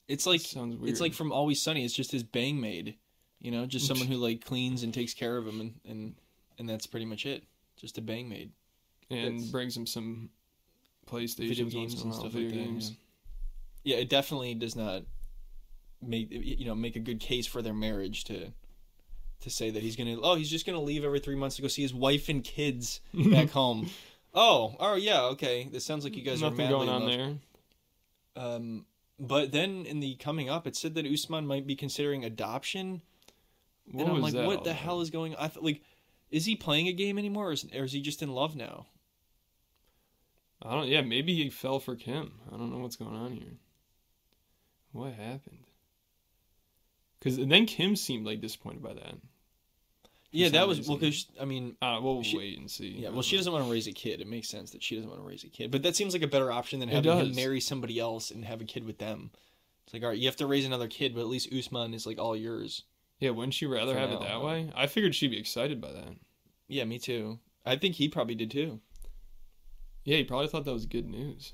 [SPEAKER 1] It's like
[SPEAKER 2] sounds weird.
[SPEAKER 1] it's like from Always Sunny. It's just his bang maid, you know, just someone who like cleans and takes care of him, and and and that's pretty much it. Just a bang maid.
[SPEAKER 2] and
[SPEAKER 1] it's-
[SPEAKER 2] brings him some
[SPEAKER 1] Video
[SPEAKER 2] PlayStations once
[SPEAKER 1] games
[SPEAKER 2] in a
[SPEAKER 1] and
[SPEAKER 2] while,
[SPEAKER 1] stuff
[SPEAKER 2] video
[SPEAKER 1] like that.
[SPEAKER 2] games.
[SPEAKER 1] Yeah. yeah, it definitely does not make you know make a good case for their marriage to to say that he's gonna oh he's just gonna leave every three months to go see his wife and kids back home. Oh, oh yeah, okay. This sounds like you guys
[SPEAKER 2] Nothing
[SPEAKER 1] are
[SPEAKER 2] going
[SPEAKER 1] madly
[SPEAKER 2] on
[SPEAKER 1] in love.
[SPEAKER 2] there.
[SPEAKER 1] Um, but then in the coming up, it said that Usman might be considering adoption.
[SPEAKER 2] What
[SPEAKER 1] and I'm
[SPEAKER 2] was
[SPEAKER 1] like,
[SPEAKER 2] that
[SPEAKER 1] what
[SPEAKER 2] all
[SPEAKER 1] the
[SPEAKER 2] about?
[SPEAKER 1] hell is going? on? I th- like, is he playing a game anymore, or is, or is he just in love now?
[SPEAKER 2] I don't. Yeah, maybe he fell for Kim. I don't know what's going on here. What happened? Because then Kim seemed like disappointed by that.
[SPEAKER 1] Yeah,
[SPEAKER 2] some
[SPEAKER 1] that was
[SPEAKER 2] reason.
[SPEAKER 1] well, because I mean,
[SPEAKER 2] Uh, we'll
[SPEAKER 1] She-
[SPEAKER 2] wait and see.
[SPEAKER 1] yeah,
[SPEAKER 2] I
[SPEAKER 1] well,
[SPEAKER 2] don't
[SPEAKER 1] she
[SPEAKER 2] know.
[SPEAKER 1] doesn't want to raise a kid. It makes sense that she doesn't want to raise a kid, but that seems like a better option than
[SPEAKER 2] It
[SPEAKER 1] having him
[SPEAKER 2] does.
[SPEAKER 1] marry somebody else and have a kid with them. It's like, all right, you have to raise another kid, but at least Usman is like all yours.
[SPEAKER 2] Yeah, wouldn't she rather
[SPEAKER 1] For
[SPEAKER 2] have
[SPEAKER 1] now,
[SPEAKER 2] it that
[SPEAKER 1] but-
[SPEAKER 2] way? I figured she'd be excited by that.
[SPEAKER 1] Yeah, me too. I think he probably did too.
[SPEAKER 2] Yeah, he probably thought that was good news.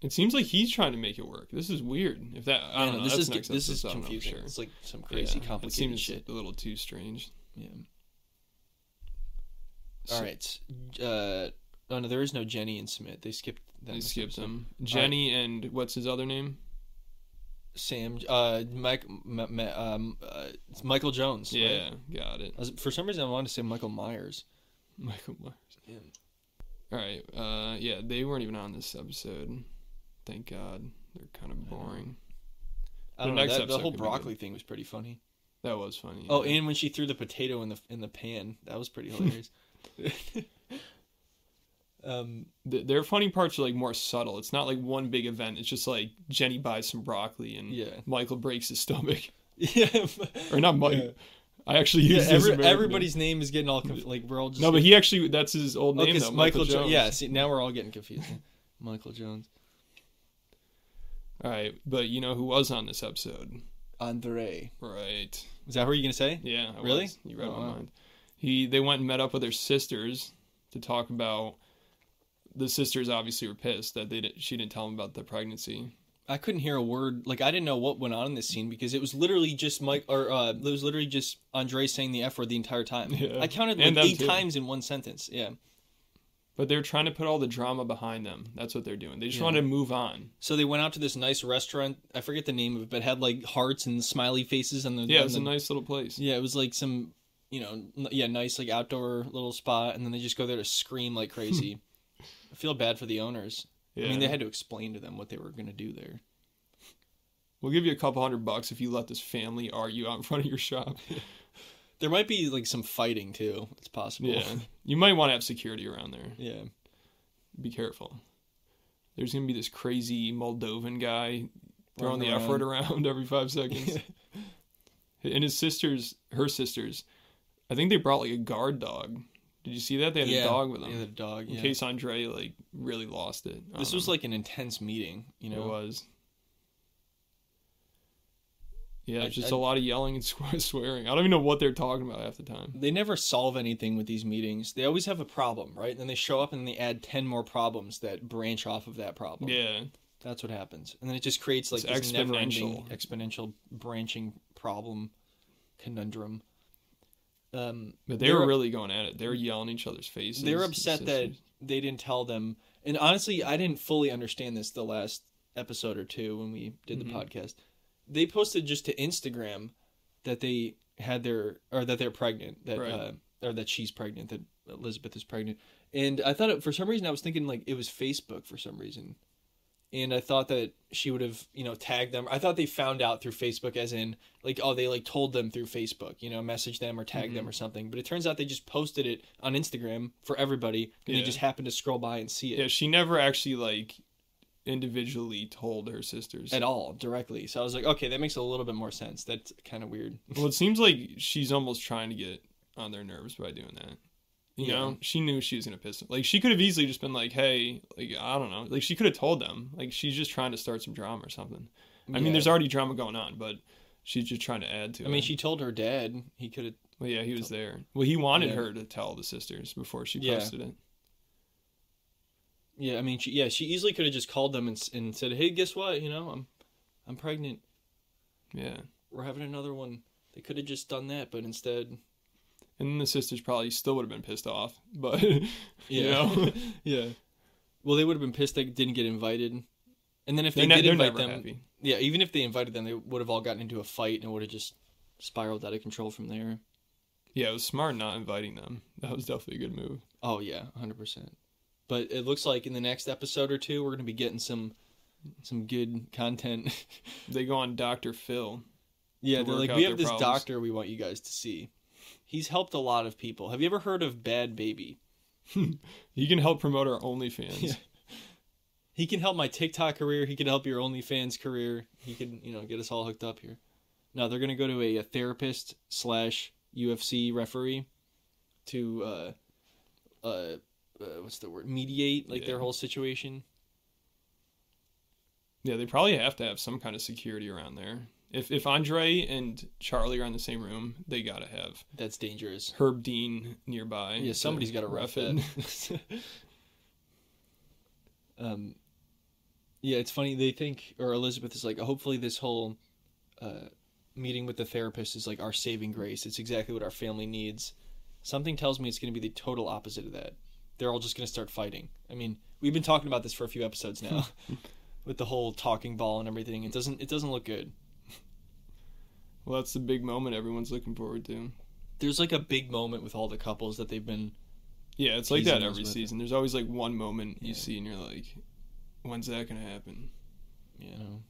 [SPEAKER 2] It seems like he's trying to make it work. This is weird. If that, I don't know.
[SPEAKER 1] This
[SPEAKER 2] that's
[SPEAKER 1] is
[SPEAKER 2] next
[SPEAKER 1] this is
[SPEAKER 2] episode, I don't know for
[SPEAKER 1] confusing.
[SPEAKER 2] sure.
[SPEAKER 1] It's like some crazy
[SPEAKER 2] Yeah,
[SPEAKER 1] complicated
[SPEAKER 2] it seems
[SPEAKER 1] shit.
[SPEAKER 2] a little too strange.
[SPEAKER 1] Yeah.
[SPEAKER 2] So-
[SPEAKER 1] All right. Uh, oh no, there is no Jenny and Smith. They skipped. That
[SPEAKER 2] They
[SPEAKER 1] in this
[SPEAKER 2] skipped
[SPEAKER 1] episode.
[SPEAKER 2] him. Jenny and what's his other name?
[SPEAKER 1] Sam. Uh, Mike. Ma- Ma- um, uh, it's Michael Jones. right?
[SPEAKER 2] Yeah, got it.
[SPEAKER 1] I was- for some reason, I wanted to say Michael Myers.
[SPEAKER 2] Michael Myers.
[SPEAKER 1] Yeah.
[SPEAKER 2] All right. Uh, yeah, they weren't even on this episode. Thank God. They're kind of boring.
[SPEAKER 1] I
[SPEAKER 2] The
[SPEAKER 1] don't know,
[SPEAKER 2] next
[SPEAKER 1] that, the
[SPEAKER 2] episode
[SPEAKER 1] whole
[SPEAKER 2] could be good.
[SPEAKER 1] broccoli thing was pretty funny.
[SPEAKER 2] That was funny.
[SPEAKER 1] Oh,
[SPEAKER 2] yeah.
[SPEAKER 1] and when she threw the potato in the in the pan, that was pretty hilarious. um,
[SPEAKER 2] Th- their funny parts are like more subtle. It's not like one big event. It's just like Jenny buys some broccoli and
[SPEAKER 1] Yeah.
[SPEAKER 2] Michael breaks his stomach.
[SPEAKER 1] yeah,
[SPEAKER 2] Or not Mike.
[SPEAKER 1] Yeah.
[SPEAKER 2] I actually
[SPEAKER 1] yeah,
[SPEAKER 2] used his
[SPEAKER 1] every-
[SPEAKER 2] American name.
[SPEAKER 1] everybody's name is getting all conf- like we're all just
[SPEAKER 2] No, but he actually that's his old
[SPEAKER 1] Oh,
[SPEAKER 2] name
[SPEAKER 1] 'cause
[SPEAKER 2] though.
[SPEAKER 1] Michael,
[SPEAKER 2] Michael,
[SPEAKER 1] Jo-
[SPEAKER 2] Jones.
[SPEAKER 1] Yeah, see, now we're all getting confused. Michael Jones.
[SPEAKER 2] All right, but you know who was on this episode?
[SPEAKER 1] Andre.
[SPEAKER 2] Right.
[SPEAKER 1] Is that what you're going to say?
[SPEAKER 2] Yeah. I
[SPEAKER 1] Really?
[SPEAKER 2] was. You read
[SPEAKER 1] Oh,
[SPEAKER 2] my
[SPEAKER 1] wow.
[SPEAKER 2] mind. He they went and met up with their sisters to talk about. The sisters obviously were pissed that they didn't, she didn't tell them about the pregnancy.
[SPEAKER 1] I couldn't hear a word. Like, I didn't know what went on in this scene because it was literally just Mike, or uh, it was literally just Andre saying the F word the entire time.
[SPEAKER 2] Yeah.
[SPEAKER 1] I counted like
[SPEAKER 2] And them
[SPEAKER 1] eight
[SPEAKER 2] too.
[SPEAKER 1] times in one sentence. Yeah.
[SPEAKER 2] But they're trying to put all the drama behind them. That's what they're doing. They just
[SPEAKER 1] Yeah.
[SPEAKER 2] want to move on.
[SPEAKER 1] So they went out to this nice restaurant. I forget the name of it, but it had like hearts and smiley faces on the.
[SPEAKER 2] Yeah,
[SPEAKER 1] on
[SPEAKER 2] it's a
[SPEAKER 1] the-
[SPEAKER 2] nice little place.
[SPEAKER 1] Yeah, it was like some, you know, n- yeah, nice like outdoor little spot, and then they just go there to scream like crazy. I feel bad for the owners.
[SPEAKER 2] Yeah.
[SPEAKER 1] I mean, they had to explain to them what they were going to do there.
[SPEAKER 2] We'll give you a couple hundred bucks if you let this family argue out in front of your shop.
[SPEAKER 1] There might be like some fighting too. It's possible.
[SPEAKER 2] Yeah. you might want to have security around there.
[SPEAKER 1] yeah.
[SPEAKER 2] Be careful. There's going to be this crazy Moldovan guy throwing
[SPEAKER 1] Running
[SPEAKER 2] the F word around every five seconds. and his sisters, her sisters, I think they brought like a guard dog. Did you see that? They had a dog with them.
[SPEAKER 1] Yeah, the dog.
[SPEAKER 2] In
[SPEAKER 1] yeah.
[SPEAKER 2] case Andre like really lost it. I
[SPEAKER 1] this
[SPEAKER 2] don't
[SPEAKER 1] was
[SPEAKER 2] know.
[SPEAKER 1] like an intense meeting. You
[SPEAKER 2] it
[SPEAKER 1] know, uh,
[SPEAKER 2] was. Yeah,
[SPEAKER 1] I-
[SPEAKER 2] it's just
[SPEAKER 1] I-
[SPEAKER 2] a lot of yelling and swear- swearing. I don't even know what they're talking about half the time.
[SPEAKER 1] they never solve anything with these meetings. They always have a problem, right? And then they show up and they add ten more problems that branch off of that problem.
[SPEAKER 2] Yeah,
[SPEAKER 1] that's what happens. And then it just creates like
[SPEAKER 2] It's
[SPEAKER 1] this never-ending
[SPEAKER 2] exponential.
[SPEAKER 1] exponential branching problem conundrum. Um,
[SPEAKER 2] but they
[SPEAKER 1] They're-
[SPEAKER 2] were really going at it. They were yelling in each other's faces.
[SPEAKER 1] they're upset that they didn't tell them and honestly i didn't fully understand this the last episode or two when we did the podcast they posted just to instagram that they had their or that they're pregnant that
[SPEAKER 2] Right.
[SPEAKER 1] uh, or that she's pregnant that elizabeth is pregnant and i thought it, for some reason i was thinking like it was facebook for some reason and i thought that she would have you know tagged them i thought they found out through facebook as in like oh they like told them through facebook you know message them or tag them or something but it turns out they just posted it on instagram for everybody and they
[SPEAKER 2] Yeah.
[SPEAKER 1] just happened to scroll by and see it
[SPEAKER 2] Yeah, she never actually like individually told her sisters.
[SPEAKER 1] at all directly so i was like okay that makes a little bit more sense that's kind of weird
[SPEAKER 2] Well, it seems like she's almost trying to get on their nerves by doing that. You
[SPEAKER 1] Yeah.
[SPEAKER 2] know, she knew she was gonna piss him. Like she could have easily just been like, "Hey, like I don't know." Like she could have told them. Like she's just trying to start some drama or something. I mean,
[SPEAKER 1] Yeah.
[SPEAKER 2] there's already drama going on, but she's just trying to add to.
[SPEAKER 1] I mean,
[SPEAKER 2] it.
[SPEAKER 1] she told her dad he could have.
[SPEAKER 2] Well, yeah, he was there. Well, he wanted
[SPEAKER 1] Yeah.
[SPEAKER 2] her to tell the sisters before she
[SPEAKER 1] Yeah.
[SPEAKER 2] posted it.
[SPEAKER 1] Yeah, I mean, she yeah, she easily could have just called them and s- and said, "Hey, guess what? You know, I'm I'm pregnant.
[SPEAKER 2] Yeah.
[SPEAKER 1] We're having another one." They could have just done that, but instead,
[SPEAKER 2] And then the sisters probably still would have been pissed off, but you
[SPEAKER 1] Yeah.
[SPEAKER 2] know, yeah,
[SPEAKER 1] well, they would have been pissed they didn't get invited. And then if they
[SPEAKER 2] they're, ne-
[SPEAKER 1] did
[SPEAKER 2] they're
[SPEAKER 1] invite
[SPEAKER 2] never
[SPEAKER 1] them,
[SPEAKER 2] happy.
[SPEAKER 1] yeah, even if they invited them, they would have all gotten into a fight and would have just spiraled out of control from there.
[SPEAKER 2] Yeah, it was smart not inviting them. That was definitely a good move.
[SPEAKER 1] Oh yeah, hundred percent. But it looks like in the next episode or two, we're gonna be getting some some good content.
[SPEAKER 2] They go on Doctor Phil.
[SPEAKER 1] yeah,
[SPEAKER 2] To
[SPEAKER 1] they're
[SPEAKER 2] work
[SPEAKER 1] like
[SPEAKER 2] out
[SPEAKER 1] we have
[SPEAKER 2] their
[SPEAKER 1] this
[SPEAKER 2] problems."
[SPEAKER 1] doctor we want you guys to see. He's helped a lot of people. Have you ever heard of Bad Baby?
[SPEAKER 2] He can help promote our OnlyFans.
[SPEAKER 1] Yeah. He can help my TikTok career. He can help your OnlyFans career. He can you know get us all hooked up here. No, they're gonna go to a, a therapist slash UFC referee to uh, uh, uh, what's the word? Mediate like their
[SPEAKER 2] Yeah.
[SPEAKER 1] whole situation.
[SPEAKER 2] Yeah, they probably have to have some kind of security around there. If if Andre and Charlie are in the same room, they gotta have
[SPEAKER 1] That's dangerous.
[SPEAKER 2] Herb Dean nearby.
[SPEAKER 1] Yeah,
[SPEAKER 2] to
[SPEAKER 1] somebody's got to rough
[SPEAKER 2] it.
[SPEAKER 1] it. um, yeah, it's funny. They think, or Elizabeth is like, hopefully this whole uh, meeting with the therapist is like our saving grace. It's exactly what our family needs. Something tells me it's going to be the total opposite of that. They're all just going to start fighting. I mean, we've been talking about this for a few episodes now, with the whole talking ball and everything. It doesn't. It doesn't look good.
[SPEAKER 2] Well, that's the big moment everyone's looking forward to.
[SPEAKER 1] There's like a big moment with all the couples that they've been
[SPEAKER 2] Yeah, it's like
[SPEAKER 1] Teasing
[SPEAKER 2] that
[SPEAKER 1] us
[SPEAKER 2] every
[SPEAKER 1] with it.
[SPEAKER 2] season. There's always like one moment you
[SPEAKER 1] Yeah.
[SPEAKER 2] see and you're like, when's that gonna happen?
[SPEAKER 1] you know,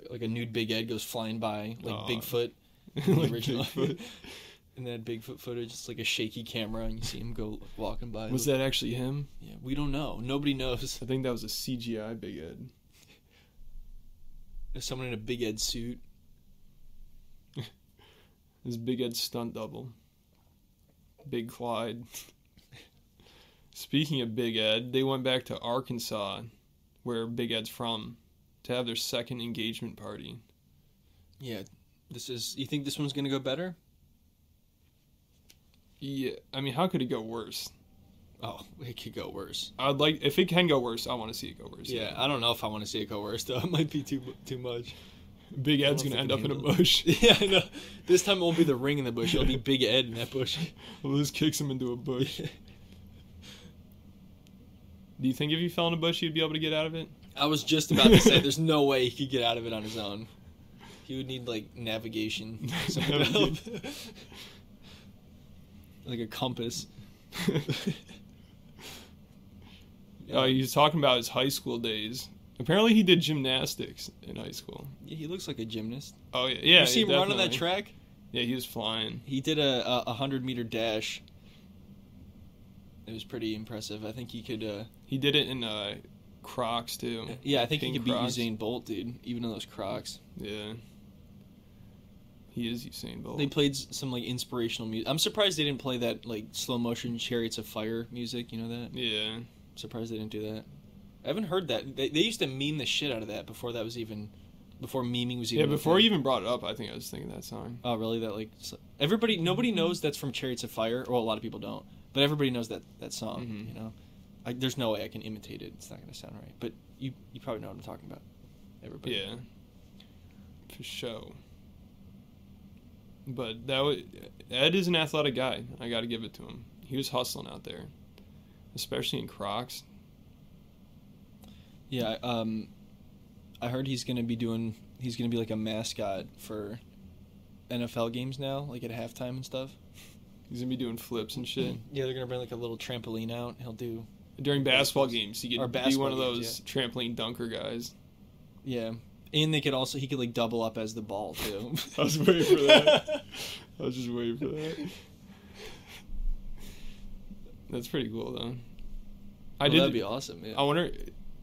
[SPEAKER 1] like, like a nude Big Ed goes flying by, like
[SPEAKER 2] Aw.
[SPEAKER 1] Bigfoot,
[SPEAKER 2] Like,
[SPEAKER 1] the original.
[SPEAKER 2] Bigfoot.
[SPEAKER 1] and that Bigfoot footage, it's like a shaky camera, and you see him go walking by.
[SPEAKER 2] was that actually him?
[SPEAKER 1] Yeah, we don't know. Nobody knows.
[SPEAKER 2] I think that was a CGI Big Ed.
[SPEAKER 1] There's someone in a Big Ed suit.
[SPEAKER 2] This Big Ed stunt double. Big Clyde. Speaking of Big Ed, they went back to Arkansas, where Big Ed's from, to have their second engagement party.
[SPEAKER 1] Yeah, this is. You think this one's gonna go better?
[SPEAKER 2] Yeah, I mean, how could it go worse?
[SPEAKER 1] Oh, it could go worse.
[SPEAKER 2] I'd like if it can go worse, I want to see it go worse.
[SPEAKER 1] Yeah, I don't know if I want to see it go worse though. It might be too too much.
[SPEAKER 2] Big Ed's
[SPEAKER 1] I don't
[SPEAKER 2] gonna end
[SPEAKER 1] know
[SPEAKER 2] up
[SPEAKER 1] if
[SPEAKER 2] in
[SPEAKER 1] I
[SPEAKER 2] a
[SPEAKER 1] can
[SPEAKER 2] bush.
[SPEAKER 1] Yeah, I know. This time it won't be the ring in the bush. It'll be Big Ed in that bush.
[SPEAKER 2] Liz kicks him into a bush. Do you think if you fell in a bush, you'd be able to get out of it?
[SPEAKER 1] I was just about to say, there's no way he could get out of it on his own. He would need like navigation, something to help. like a compass.
[SPEAKER 2] Uh, he's talking about his high school days. Apparently, he did gymnastics in high school.
[SPEAKER 1] Yeah, he looks like a gymnast.
[SPEAKER 2] Oh yeah, yeah.
[SPEAKER 1] you see him
[SPEAKER 2] definitely.
[SPEAKER 1] running that track?
[SPEAKER 2] Yeah, he was flying.
[SPEAKER 1] He did a a- a hundred meter dash. It was pretty impressive. I think he could. Uh,
[SPEAKER 2] He did it in uh, Crocs too.
[SPEAKER 1] yeah, I think
[SPEAKER 2] Pink
[SPEAKER 1] he could
[SPEAKER 2] Crocs.
[SPEAKER 1] beat Usain Bolt, dude. Even in those Crocs,
[SPEAKER 2] Yeah. He is Usain Bolt.
[SPEAKER 1] they played s- some like inspirational music. I'm surprised they didn't play that like slow motion Chariots of Fire music. You know that?
[SPEAKER 2] yeah.
[SPEAKER 1] surprised they didn't do that. I haven't heard that. They, they used to meme the shit out of that before that was even, before memeing was
[SPEAKER 2] Yeah.
[SPEAKER 1] even. a
[SPEAKER 2] Before
[SPEAKER 1] thing.
[SPEAKER 2] you even brought it up, I think I was thinking that song.
[SPEAKER 1] Oh, really? That like s- everybody, nobody knows that's from Chariots of Fire. Well, a lot of people don't, but everybody knows that that song.
[SPEAKER 2] Mhm.
[SPEAKER 1] You know, I, there's no way I can imitate it. It's not gonna sound right. But you, you probably know what I'm talking about. Everybody.
[SPEAKER 2] Yeah. For show. But that was, Ed is an athletic guy. I got to give it to him. He was hustling out there, especially in Crocs.
[SPEAKER 1] Yeah. I- Um, I heard he's gonna be doing. He's gonna be like a mascot for NFL games now, like at halftime and stuff.
[SPEAKER 2] He's gonna be doing flips and shit
[SPEAKER 1] Yeah, they're gonna bring like a little trampoline out. He'll do
[SPEAKER 2] during basketball games. He
[SPEAKER 1] Or
[SPEAKER 2] could be
[SPEAKER 1] basketball
[SPEAKER 2] one of
[SPEAKER 1] games,
[SPEAKER 2] those trampoline dunker guys.
[SPEAKER 1] Yeah. And they could also he could like double up as the ball too.
[SPEAKER 2] I was waiting for that. I was just waiting for that. That's pretty cool though. I
[SPEAKER 1] I
[SPEAKER 2] did.
[SPEAKER 1] That'd be awesome. Yeah.
[SPEAKER 2] I wonder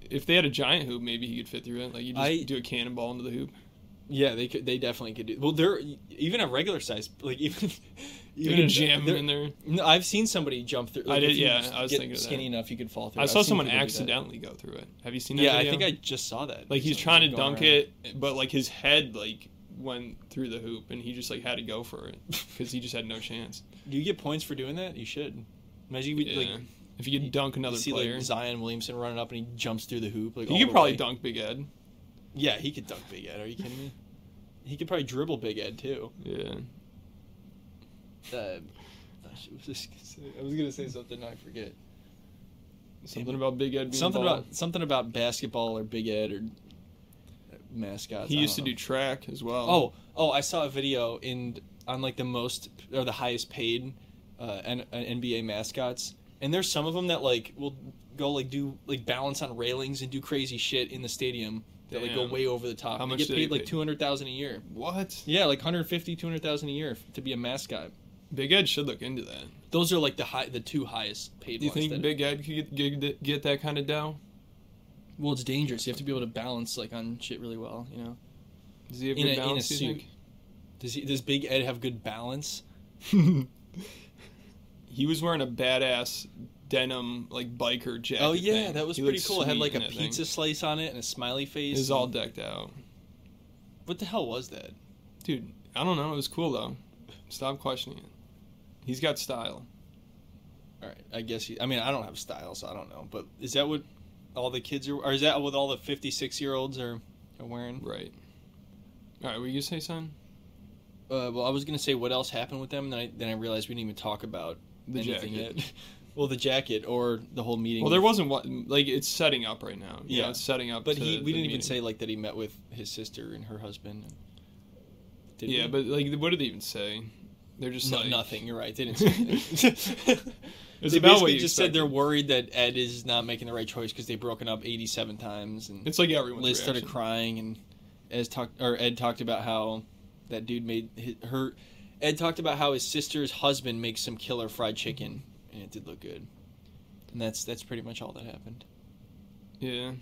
[SPEAKER 2] if they had a giant hoop, maybe he could fit through it. Like you just
[SPEAKER 1] I-
[SPEAKER 2] do a cannonball into the hoop.
[SPEAKER 1] Yeah, they could. They definitely could do. Well, they're even a regular size, like even
[SPEAKER 2] You
[SPEAKER 1] even
[SPEAKER 2] can
[SPEAKER 1] in-
[SPEAKER 2] jam
[SPEAKER 1] they're-
[SPEAKER 2] in there.
[SPEAKER 1] No, I've seen somebody jump through.
[SPEAKER 2] I did-
[SPEAKER 1] if you
[SPEAKER 2] yeah,
[SPEAKER 1] just
[SPEAKER 2] I was
[SPEAKER 1] get
[SPEAKER 2] thinking of that.
[SPEAKER 1] skinny enough you could fall through.
[SPEAKER 2] I
[SPEAKER 1] I've
[SPEAKER 2] saw
[SPEAKER 1] seen
[SPEAKER 2] someone
[SPEAKER 1] people do that.
[SPEAKER 2] accidentally go through it. Have you seen that?
[SPEAKER 1] Yeah, I
[SPEAKER 2] video?
[SPEAKER 1] think I just saw that.
[SPEAKER 2] like he's
[SPEAKER 1] Someone's
[SPEAKER 2] trying to
[SPEAKER 1] going
[SPEAKER 2] dunk
[SPEAKER 1] around.
[SPEAKER 2] it, but like his head like went through the hoop, and he just like had to go for it because he just had no chance.
[SPEAKER 1] Do you get points for doing that? You should. Imagine you, would,
[SPEAKER 2] Yeah.
[SPEAKER 1] like you
[SPEAKER 2] if you could dunk another
[SPEAKER 1] see
[SPEAKER 2] player,
[SPEAKER 1] like Zion Williamson running up and he jumps through the hoop. Like
[SPEAKER 2] he
[SPEAKER 1] all
[SPEAKER 2] could
[SPEAKER 1] the
[SPEAKER 2] probably
[SPEAKER 1] way.
[SPEAKER 2] dunk Big Ed.
[SPEAKER 1] Yeah, he could dunk Big Ed. Are you kidding me? He could probably dribble Big Ed too.
[SPEAKER 2] Yeah,
[SPEAKER 1] Uh, gosh, I was just gonna say- I was gonna say something I forget.
[SPEAKER 2] something about Big Ed. Being
[SPEAKER 1] something
[SPEAKER 2] bald.
[SPEAKER 1] about something about basketball or Big Ed or uh, mascots.
[SPEAKER 2] he
[SPEAKER 1] I
[SPEAKER 2] used to
[SPEAKER 1] don't
[SPEAKER 2] do
[SPEAKER 1] know.
[SPEAKER 2] track as well.
[SPEAKER 1] Oh, oh! I saw a video in on like the most or the highest paid uh, N- uh, NBA mascots, and there's some of them that like will go like do like balance on railings and do crazy shit in the stadium that like go
[SPEAKER 2] Damn.
[SPEAKER 1] way over the top.
[SPEAKER 2] How
[SPEAKER 1] They
[SPEAKER 2] much
[SPEAKER 1] get
[SPEAKER 2] do they
[SPEAKER 1] paid like
[SPEAKER 2] pay?
[SPEAKER 1] two hundred thousand a year.
[SPEAKER 2] what?
[SPEAKER 1] Yeah, like 150, 200,000 a year f- to be a mascot.
[SPEAKER 2] Big Ed should look into that.
[SPEAKER 1] Those are like the high, the two highest paid.
[SPEAKER 2] Do you
[SPEAKER 1] ones
[SPEAKER 2] think
[SPEAKER 1] that-
[SPEAKER 2] Big Ed could get, get, get that kind of dough?
[SPEAKER 1] Well, it's dangerous. You have to be able to balance like on shit really well. You know.
[SPEAKER 2] Does he have
[SPEAKER 1] In
[SPEAKER 2] good
[SPEAKER 1] a- in a
[SPEAKER 2] balance? do you
[SPEAKER 1] suit. Does he, does Big Ed have good balance?
[SPEAKER 2] think? he was wearing a badass denim like biker jacket.
[SPEAKER 1] Oh yeah,
[SPEAKER 2] thing.
[SPEAKER 1] that was
[SPEAKER 2] He
[SPEAKER 1] pretty
[SPEAKER 2] looked
[SPEAKER 1] cool. It had
[SPEAKER 2] sweet
[SPEAKER 1] like a
[SPEAKER 2] in that thing.
[SPEAKER 1] pizza slice on it and a smiley face.
[SPEAKER 2] It was all
[SPEAKER 1] and-
[SPEAKER 2] decked out.
[SPEAKER 1] What the hell was that?
[SPEAKER 2] Dude, I don't know. It was cool though. Stop questioning it. He's got style.
[SPEAKER 1] All right, I guess. You, I mean, I don't have style, so I don't know. But is that what all the kids are? Or is that what all the fifty-six-year-olds are, are wearing?
[SPEAKER 2] Right. All right, were you gonna say something?
[SPEAKER 1] Uh, well, I was gonna say what else happened with them, and then I, then I realized we didn't even talk about
[SPEAKER 2] The
[SPEAKER 1] anything
[SPEAKER 2] jacket.
[SPEAKER 1] yet. well, the jacket or the whole meeting.
[SPEAKER 2] Well, there wasn't one. Like it's setting up right now. yeah,
[SPEAKER 1] Yeah.
[SPEAKER 2] it's setting up.
[SPEAKER 1] But
[SPEAKER 2] to
[SPEAKER 1] he,
[SPEAKER 2] the
[SPEAKER 1] we didn't
[SPEAKER 2] meeting.
[SPEAKER 1] even say like that he met with his sister and her husband. Did
[SPEAKER 2] yeah,
[SPEAKER 1] we?
[SPEAKER 2] but like, what did they even say? They're just
[SPEAKER 1] No,
[SPEAKER 2] like
[SPEAKER 1] nothing. You're right. They didn't. Say anything.
[SPEAKER 2] It's
[SPEAKER 1] they
[SPEAKER 2] about
[SPEAKER 1] basically
[SPEAKER 2] what you
[SPEAKER 1] just said they're
[SPEAKER 2] expected.
[SPEAKER 1] worried that Ed is not making the right choice because they've broken up 87 times and
[SPEAKER 2] It's like everyone's
[SPEAKER 1] Liz started
[SPEAKER 2] reaction.
[SPEAKER 1] crying and Ed talked or Ed talked about how that dude made his, her. Ed talked about how his sister's husband makes some killer fried chicken and it did look good. And that's that's pretty much all that happened.
[SPEAKER 2] Yeah.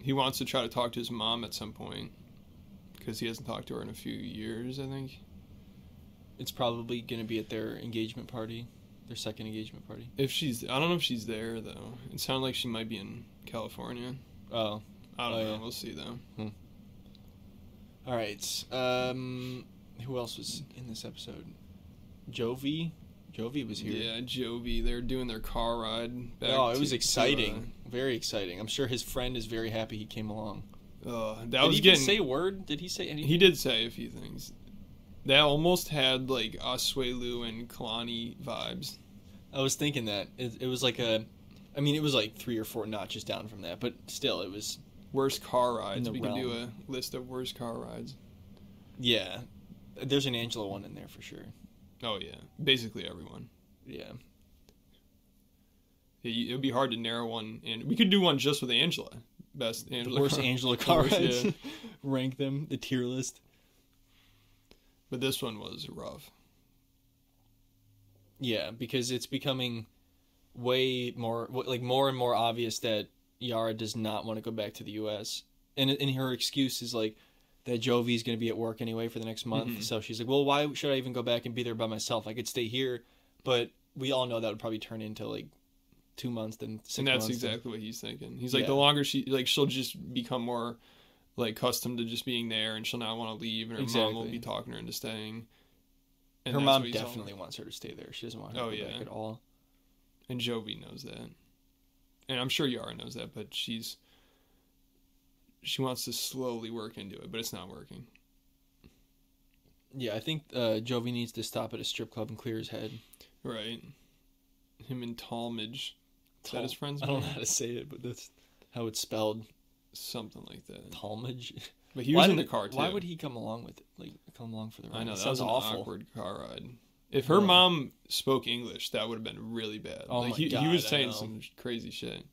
[SPEAKER 2] He wants to try to talk to his mom at some point because he hasn't talked to her in a few years. I think
[SPEAKER 1] It's probably going to be at their engagement party, their second engagement party.
[SPEAKER 2] if she's, I don't know if she's there though. It sounded like she might be in California.
[SPEAKER 1] Oh,
[SPEAKER 2] I don't
[SPEAKER 1] Oh,
[SPEAKER 2] know.
[SPEAKER 1] yeah.
[SPEAKER 2] We'll see though.
[SPEAKER 1] all right. Um, who else was in this episode? Jovi. Jovi was here.
[SPEAKER 2] Yeah, Jovi, they're doing their car ride. Back
[SPEAKER 1] oh, it
[SPEAKER 2] to- uh,
[SPEAKER 1] was
[SPEAKER 2] to,
[SPEAKER 1] exciting. Very exciting. I'm sure his friend is very happy he came along.
[SPEAKER 2] uh, uh, that
[SPEAKER 1] Did
[SPEAKER 2] was
[SPEAKER 1] he
[SPEAKER 2] getting.
[SPEAKER 1] even say a word? Did he say anything?
[SPEAKER 2] he did say a few things. That almost had like Oswelu and Kalani vibes.
[SPEAKER 1] I was thinking that it, it was like a, I mean, it was like three or four notches down from that, but still, it was
[SPEAKER 2] Worst car rides.
[SPEAKER 1] the
[SPEAKER 2] We can do a list of worst car rides.
[SPEAKER 1] yeah. There's an Angela one in there for sure.
[SPEAKER 2] Oh yeah, basically everyone.
[SPEAKER 1] Yeah,
[SPEAKER 2] Yeah, you- It would be hard to narrow one, and we could do one just with Angela. Best
[SPEAKER 1] the
[SPEAKER 2] Angela.
[SPEAKER 1] worst
[SPEAKER 2] car-
[SPEAKER 1] Angela car
[SPEAKER 2] worst,
[SPEAKER 1] rides.
[SPEAKER 2] yeah.
[SPEAKER 1] Rank them the tier list.
[SPEAKER 2] But this one was rough.
[SPEAKER 1] Yeah, because it's becoming way more wh- like more and more obvious that Yara does not want to go back to the U.S. and and her excuse is like that Jovi's going to be at work anyway for the next month,
[SPEAKER 2] Mhm.
[SPEAKER 1] so she's like, well, why should I even go back and be there by myself? I could stay here, but we all know that would probably turn into like two months then six
[SPEAKER 2] and that's
[SPEAKER 1] months, then-
[SPEAKER 2] exactly what he's thinking. He's like,
[SPEAKER 1] Yeah.
[SPEAKER 2] the longer she, like, she'll just become more, like, accustomed to just being there, and she'll not want to leave, and her mom will
[SPEAKER 1] Exactly.
[SPEAKER 2] be talking her into staying. And
[SPEAKER 1] her
[SPEAKER 2] that's
[SPEAKER 1] mom
[SPEAKER 2] what he's all-
[SPEAKER 1] definitely wants her to stay there. She doesn't want her
[SPEAKER 2] Oh,
[SPEAKER 1] to go
[SPEAKER 2] yeah.
[SPEAKER 1] back at all.
[SPEAKER 2] and Jovi knows that, and I'm sure Yara knows that, but she's, she wants to slowly work into it, but it's not working.
[SPEAKER 1] Yeah, I think uh, Jovi needs to stop at a strip club and clear his head.
[SPEAKER 2] Right. Him and Talmadge, is that his
[SPEAKER 1] Tal-
[SPEAKER 2] friend's
[SPEAKER 1] I don't know
[SPEAKER 2] name?
[SPEAKER 1] how to say it, but that's how it's spelled.
[SPEAKER 2] something like that.
[SPEAKER 1] Talmadge.
[SPEAKER 2] But he was in the
[SPEAKER 1] did-
[SPEAKER 2] car too.
[SPEAKER 1] Why would he come along with it? Like come along for the ride?
[SPEAKER 2] I know
[SPEAKER 1] It
[SPEAKER 2] that
[SPEAKER 1] sounds
[SPEAKER 2] was an
[SPEAKER 1] awful.
[SPEAKER 2] awkward car ride. If her
[SPEAKER 1] Yeah.
[SPEAKER 2] mom spoke English, that would have been really bad.
[SPEAKER 1] Oh
[SPEAKER 2] like,
[SPEAKER 1] my
[SPEAKER 2] he, he
[SPEAKER 1] God,
[SPEAKER 2] was
[SPEAKER 1] I
[SPEAKER 2] saying
[SPEAKER 1] know.
[SPEAKER 2] some crazy shit.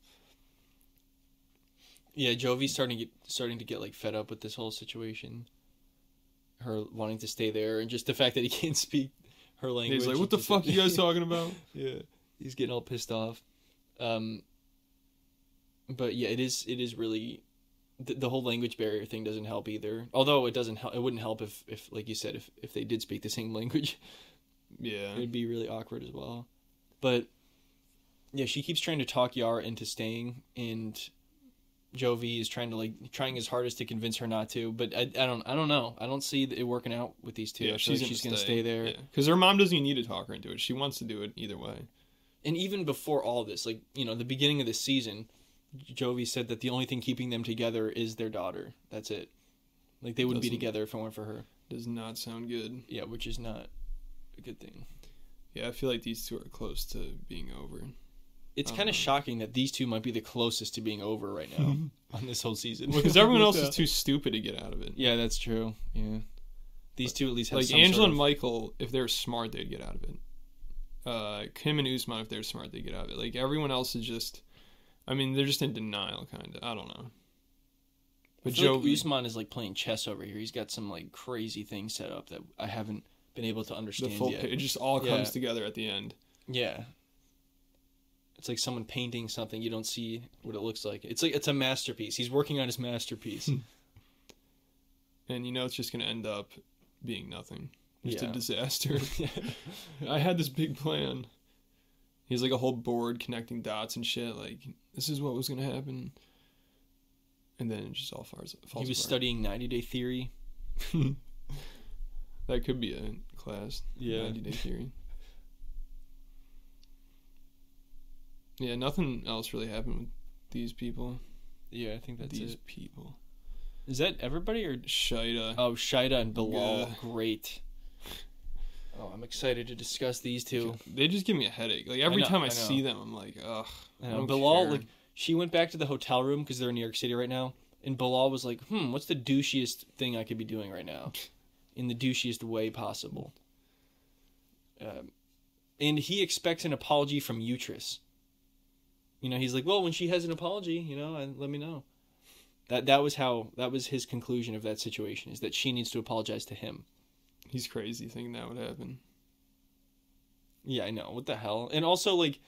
[SPEAKER 1] Yeah, Jovi's starting to get, starting to get like fed up with this whole situation. Her wanting to stay there, and just the fact that he can't speak her language.
[SPEAKER 2] He's like,
[SPEAKER 1] he
[SPEAKER 2] "What the
[SPEAKER 1] just-
[SPEAKER 2] fuck you guys talking about?"
[SPEAKER 1] yeah, he's getting all pissed off. Um, but yeah, it is it is really the, the whole language barrier thing doesn't help either. Although it doesn't help, it wouldn't help if, if like you said, if if they did speak the same language,
[SPEAKER 2] Yeah.
[SPEAKER 1] it'd be really awkward as well. But yeah, she keeps trying to talk Yara into staying, and Jovi is trying to like trying his hardest to convince her not to. But I, I don't I don't know. I don't see it working out with these two. I feel like she's gonna stay there.
[SPEAKER 2] Because her mom doesn't even need to talk her into it. She wants to do it either way.
[SPEAKER 1] and even before all this, like you know, the beginning of the season, Jovi said that the only thing keeping them together is their daughter. That's it. Like they wouldn't be
[SPEAKER 2] Doesn't-
[SPEAKER 1] together if it weren't for her.
[SPEAKER 2] Does not sound good.
[SPEAKER 1] Yeah, which is not a good thing.
[SPEAKER 2] Yeah, I feel like these two are close to being over.
[SPEAKER 1] It's
[SPEAKER 2] I
[SPEAKER 1] kind of
[SPEAKER 2] don't know.
[SPEAKER 1] shocking that these two might be the closest to being over right now on this whole season.
[SPEAKER 2] Because everyone else is too stupid to get out of it.
[SPEAKER 1] Yeah, that's true. Yeah, these two at least have
[SPEAKER 2] Like
[SPEAKER 1] some
[SPEAKER 2] Angela
[SPEAKER 1] sort
[SPEAKER 2] and
[SPEAKER 1] of-
[SPEAKER 2] Michael, if they're smart, they'd get out of it. Uh, Kim and Usman, if they're smart, they get out of it. Like everyone else is just, I mean, they're just in denial, kind of. I don't know.
[SPEAKER 1] I
[SPEAKER 2] But
[SPEAKER 1] feel
[SPEAKER 2] Joe,
[SPEAKER 1] like Usman is like playing chess over here. He's got some like crazy thing set up that I haven't been able to
[SPEAKER 2] the
[SPEAKER 1] understand
[SPEAKER 2] full
[SPEAKER 1] yet.
[SPEAKER 2] pa- it just all
[SPEAKER 1] Yeah.
[SPEAKER 2] comes together at the end.
[SPEAKER 1] Yeah. It's like someone painting something you don't see what it looks like. It's like it's a masterpiece. He's working on his masterpiece.
[SPEAKER 2] and you know it's just going to end up being nothing just
[SPEAKER 1] Yeah.
[SPEAKER 2] a disaster i had this big plan he's like a whole board connecting dots and shit like this is what was going to happen and then it just all falls,
[SPEAKER 1] he
[SPEAKER 2] falls
[SPEAKER 1] was
[SPEAKER 2] apart.
[SPEAKER 1] studying 90 day theory.
[SPEAKER 2] that could be a class
[SPEAKER 1] Yeah.
[SPEAKER 2] 90 day theory yeah nothing else really happened with these people
[SPEAKER 1] Yeah, I think that's
[SPEAKER 2] these
[SPEAKER 1] it.
[SPEAKER 2] people uh,
[SPEAKER 1] Is that everybody or
[SPEAKER 2] shida
[SPEAKER 1] oh Shida and Bilal?
[SPEAKER 2] Yeah.
[SPEAKER 1] Great. Oh, I'm excited to discuss these two.
[SPEAKER 2] they just give me a headache like every
[SPEAKER 1] know,
[SPEAKER 2] time
[SPEAKER 1] I
[SPEAKER 2] i,
[SPEAKER 1] know.
[SPEAKER 2] see them i'm like ugh I
[SPEAKER 1] And
[SPEAKER 2] don't
[SPEAKER 1] Bilal,
[SPEAKER 2] care.
[SPEAKER 1] like she went back to the hotel room because they're in New York City right now, and Bilal was like, "Hmm, what's the douchiest thing I could be doing right now, in the douchiest way possible?" Um, and he expects an apology from Utris. You know, he's like, "Well, when she has an apology, you know, and let me know." That that was how that was his conclusion of that situation is that she needs to apologize to him.
[SPEAKER 2] He's crazy thinking that would happen.
[SPEAKER 1] Yeah, I know. What the hell? And also, like,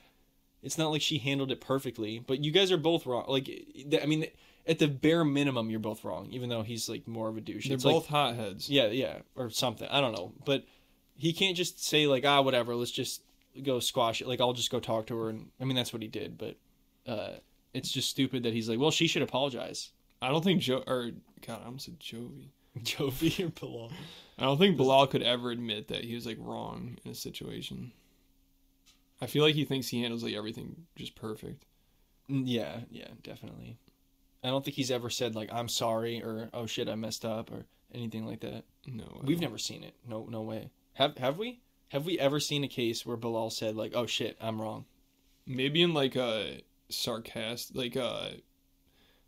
[SPEAKER 1] it's not like she handled it perfectly, but you guys are both wrong. Like, th- I mean, at the bare minimum, you're both wrong, even though he's, like, more of a douche.
[SPEAKER 2] They're
[SPEAKER 1] It's
[SPEAKER 2] both
[SPEAKER 1] Like,
[SPEAKER 2] hotheads.
[SPEAKER 1] yeah, yeah, or something. I don't know. But he can't just say, like, ah, whatever, let's just go squash it. Like, I'll just go talk to her. And I mean, that's what he did, but uh, it's just stupid that he's like, well, she should apologize.
[SPEAKER 2] I don't think Joe or God, I almost said Jovi.
[SPEAKER 1] Jovi or Bilal.
[SPEAKER 2] I don't think Bilal could ever admit that he was like wrong in a situation. I feel like he thinks he handles like everything just perfect.
[SPEAKER 1] Mm, Yeah, yeah, definitely. I don't think he's ever said, like, I'm sorry or, oh shit, I messed up or anything like that.
[SPEAKER 2] No, way.
[SPEAKER 1] We've never seen it. No, no way. Have have we? Have we ever seen a case where Bilal said like, "Oh shit, I'm wrong"?
[SPEAKER 2] maybe in like a sarcastic, like a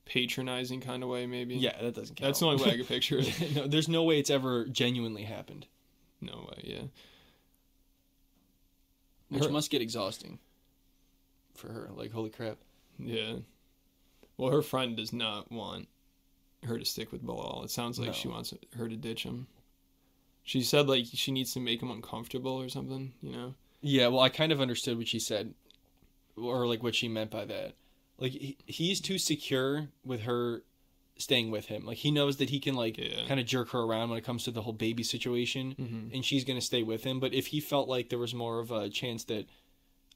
[SPEAKER 2] patronizing kind of way. Maybe
[SPEAKER 1] Yeah, that doesn't count.
[SPEAKER 2] that's the only way I could picture it.
[SPEAKER 1] no, there's no way it's ever genuinely happened,
[SPEAKER 2] No way. Yeah,
[SPEAKER 1] which
[SPEAKER 2] Her-
[SPEAKER 1] must get exhausting for her. Like, holy crap.
[SPEAKER 2] yeah. Well, her friend does not want her to stick with Bilal. It sounds like
[SPEAKER 1] No.
[SPEAKER 2] she wants her to ditch him. She said like she needs to make him uncomfortable or something, you know.
[SPEAKER 1] Yeah, well, I kind of understood what she said, or like what she meant by that. Like, he, he's too secure with her staying with him. Like, he knows that he can like
[SPEAKER 2] Yeah.
[SPEAKER 1] kind of jerk her around when it comes to the whole baby situation.
[SPEAKER 2] Mm-hmm.
[SPEAKER 1] and she's gonna stay with him. But if he felt like there was more of a chance that,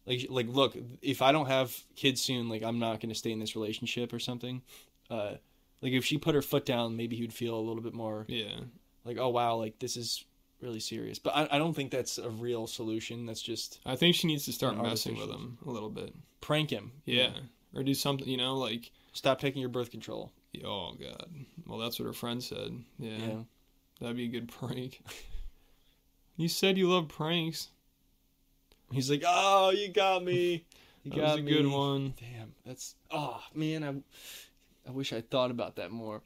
[SPEAKER 1] like, like look, if I don't have kids soon, like I'm not gonna stay in this relationship or something. Uh, like if she put her foot down, maybe he'd feel a little bit more
[SPEAKER 2] Yeah.
[SPEAKER 1] like, oh wow, like this is really serious. But I, I don't think that's a real solution. That's just
[SPEAKER 2] I think she needs to start
[SPEAKER 1] And
[SPEAKER 2] messing with
[SPEAKER 1] artificial.
[SPEAKER 2] him a little bit.
[SPEAKER 1] prank him.
[SPEAKER 2] Yeah. Or do something, you know, like
[SPEAKER 1] Stop taking your birth control.
[SPEAKER 2] oh god. Well, that's what her friend said. Yeah.
[SPEAKER 1] Yeah.
[SPEAKER 2] That'd be a good prank. you said you love pranks.
[SPEAKER 1] He's like, oh, you got me. You
[SPEAKER 2] That
[SPEAKER 1] got
[SPEAKER 2] was a
[SPEAKER 1] me.
[SPEAKER 2] good one.
[SPEAKER 1] Damn, that's oh man, I I wish I thought about that more.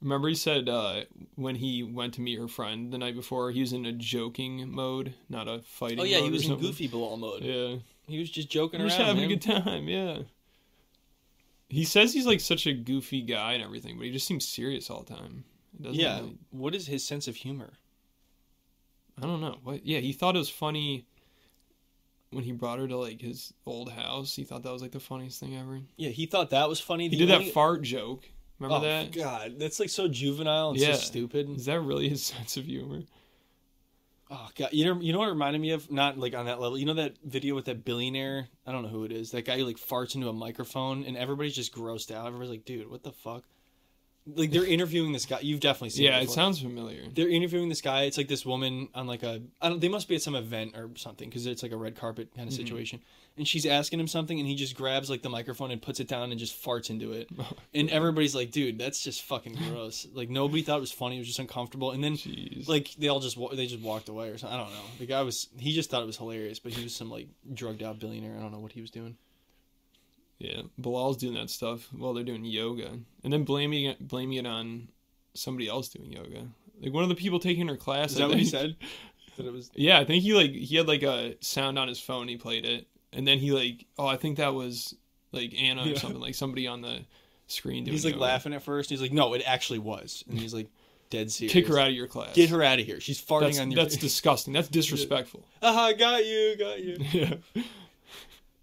[SPEAKER 2] Remember he said uh, when he went to meet her friend the night before, he was in a joking mode, not a fighting.
[SPEAKER 1] Oh yeah,
[SPEAKER 2] mode
[SPEAKER 1] he
[SPEAKER 2] or
[SPEAKER 1] was in
[SPEAKER 2] something.
[SPEAKER 1] goofy ball mode.
[SPEAKER 2] Yeah.
[SPEAKER 1] He was just joking
[SPEAKER 2] We're just
[SPEAKER 1] around.
[SPEAKER 2] having
[SPEAKER 1] man.
[SPEAKER 2] a good time, yeah. He says he's like such a goofy guy and everything, but he just seems serious all the time. It doesn't
[SPEAKER 1] yeah.
[SPEAKER 2] really-
[SPEAKER 1] What is his sense of humor?
[SPEAKER 2] I don't know. What? Yeah, he thought it was funny when he brought her to like his old house, he thought that was like the funniest thing ever.
[SPEAKER 1] Yeah, he thought that was funny.
[SPEAKER 2] He did that fart joke. Remember
[SPEAKER 1] oh
[SPEAKER 2] that?
[SPEAKER 1] god, that's like so juvenile and
[SPEAKER 2] Yeah.
[SPEAKER 1] so stupid.
[SPEAKER 2] Is that really his sense of humor?
[SPEAKER 1] Oh god, you know, you know what it reminded me of? Not like on that level. You know that video with that billionaire? I don't know who it is. That guy who like farts into a microphone, and everybody's just grossed out. Everybody's like, "Dude, what the fuck?" Like they're interviewing this guy. You've definitely seen.
[SPEAKER 2] Yeah,
[SPEAKER 1] it
[SPEAKER 2] it
[SPEAKER 1] before.
[SPEAKER 2] sounds familiar.
[SPEAKER 1] they're interviewing this guy. It's like this woman on like a. I don't, they must be at some event or something because it's like a red carpet kind of situation. And she's asking him something, and he just grabs like the microphone and puts it down and just farts into it.
[SPEAKER 2] Oh,
[SPEAKER 1] and everybody's like, "Dude, that's just fucking gross." like nobody thought it was funny. It was just uncomfortable. And then
[SPEAKER 2] Jeez.
[SPEAKER 1] like they all just wa- they just walked away or something. I don't know. The guy was he just thought it was hilarious, but he was some like drugged out billionaire. I don't know what he was doing.
[SPEAKER 2] yeah, Bilal's doing that stuff while they're doing yoga, and then blaming it, blaming it on somebody else doing yoga. Like one of the people taking her class.
[SPEAKER 1] Is
[SPEAKER 2] I
[SPEAKER 1] that what he
[SPEAKER 2] think.
[SPEAKER 1] said? That it was
[SPEAKER 2] Yeah, I think he like he had like a sound on his phone. He played it, and then he like, oh, I think that was like Anna or
[SPEAKER 1] Yeah.
[SPEAKER 2] something, like somebody on the screen doing.
[SPEAKER 1] he's like
[SPEAKER 2] yoga.
[SPEAKER 1] laughing at first. He's like, "No, it actually was," and he's like, "Dead serious."
[SPEAKER 2] Kick her out of your class.
[SPEAKER 1] Get her out of here. She's farting
[SPEAKER 2] That's,
[SPEAKER 1] on your.
[SPEAKER 2] that's disgusting. That's disrespectful.
[SPEAKER 1] Aha, got you, got you.
[SPEAKER 2] yeah.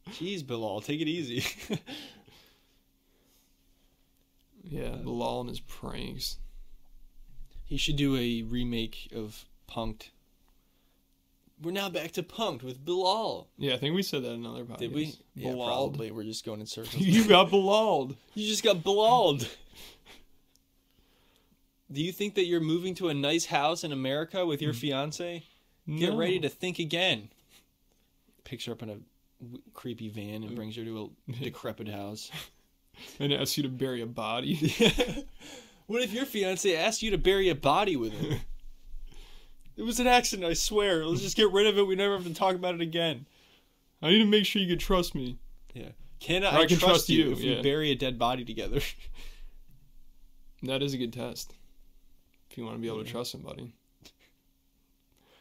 [SPEAKER 1] Jeez, Bilal, take it easy.
[SPEAKER 2] Yeah. Bilal and his pranks.
[SPEAKER 1] he should do a remake of Punked. We're now back to Punked with Bilal.
[SPEAKER 2] Yeah, I think we said that in another podcast.
[SPEAKER 1] Did we? Oh, Yeah,
[SPEAKER 2] Bilal'd.
[SPEAKER 1] probably. We're just going in circles.
[SPEAKER 2] you got Bilal'd.
[SPEAKER 1] You just got blawled. Do you think that you're moving to a nice house in America with your fiance? Get
[SPEAKER 2] No.
[SPEAKER 1] ready to think again. Picks her up in a w- creepy van and brings her to a decrepit house.
[SPEAKER 2] and ask you to bury a body.
[SPEAKER 1] what if your fiance asked you to bury a body with him? it was an accident, I swear. Let's just get rid of it. We never have to talk about it again.
[SPEAKER 2] I need to make sure you can trust me.
[SPEAKER 1] Yeah. Can I,
[SPEAKER 2] I can
[SPEAKER 1] trust,
[SPEAKER 2] trust
[SPEAKER 1] you,
[SPEAKER 2] you,
[SPEAKER 1] if
[SPEAKER 2] yeah.
[SPEAKER 1] we bury a dead body together?
[SPEAKER 2] That is a good test. If you want to be able to trust somebody.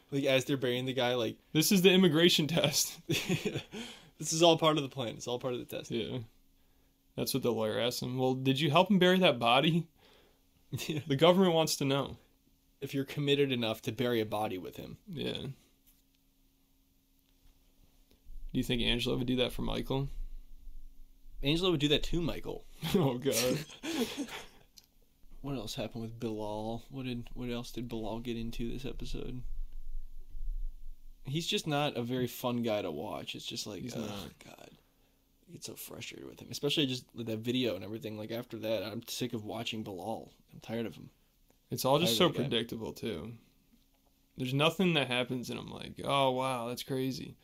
[SPEAKER 1] like as they're burying the guy, like
[SPEAKER 2] This is the immigration test.
[SPEAKER 1] this is all part of the plan. It's all part of the test.
[SPEAKER 2] Yeah. That's what the lawyer asked him. Well, did you help him bury that body? The government wants to know.
[SPEAKER 1] if you're committed enough to bury a body with him.
[SPEAKER 2] Yeah. Do you think Angela would do that for Michael?
[SPEAKER 1] Angela would do that too, Michael.
[SPEAKER 2] oh god.
[SPEAKER 1] What else happened with Bilal? What did what else did Bilal get into this episode? He's just not a very fun guy to watch. It's just like,
[SPEAKER 2] He's
[SPEAKER 1] oh
[SPEAKER 2] not.
[SPEAKER 1] god, I get so frustrated with him, especially just with that video and everything. Like after that, I'm sick of watching Bilal. I'm tired of him.
[SPEAKER 2] It's all just so
[SPEAKER 1] Tired of the guy.
[SPEAKER 2] predictable too. There's nothing that happens and I'm like, "Oh wow, that's crazy."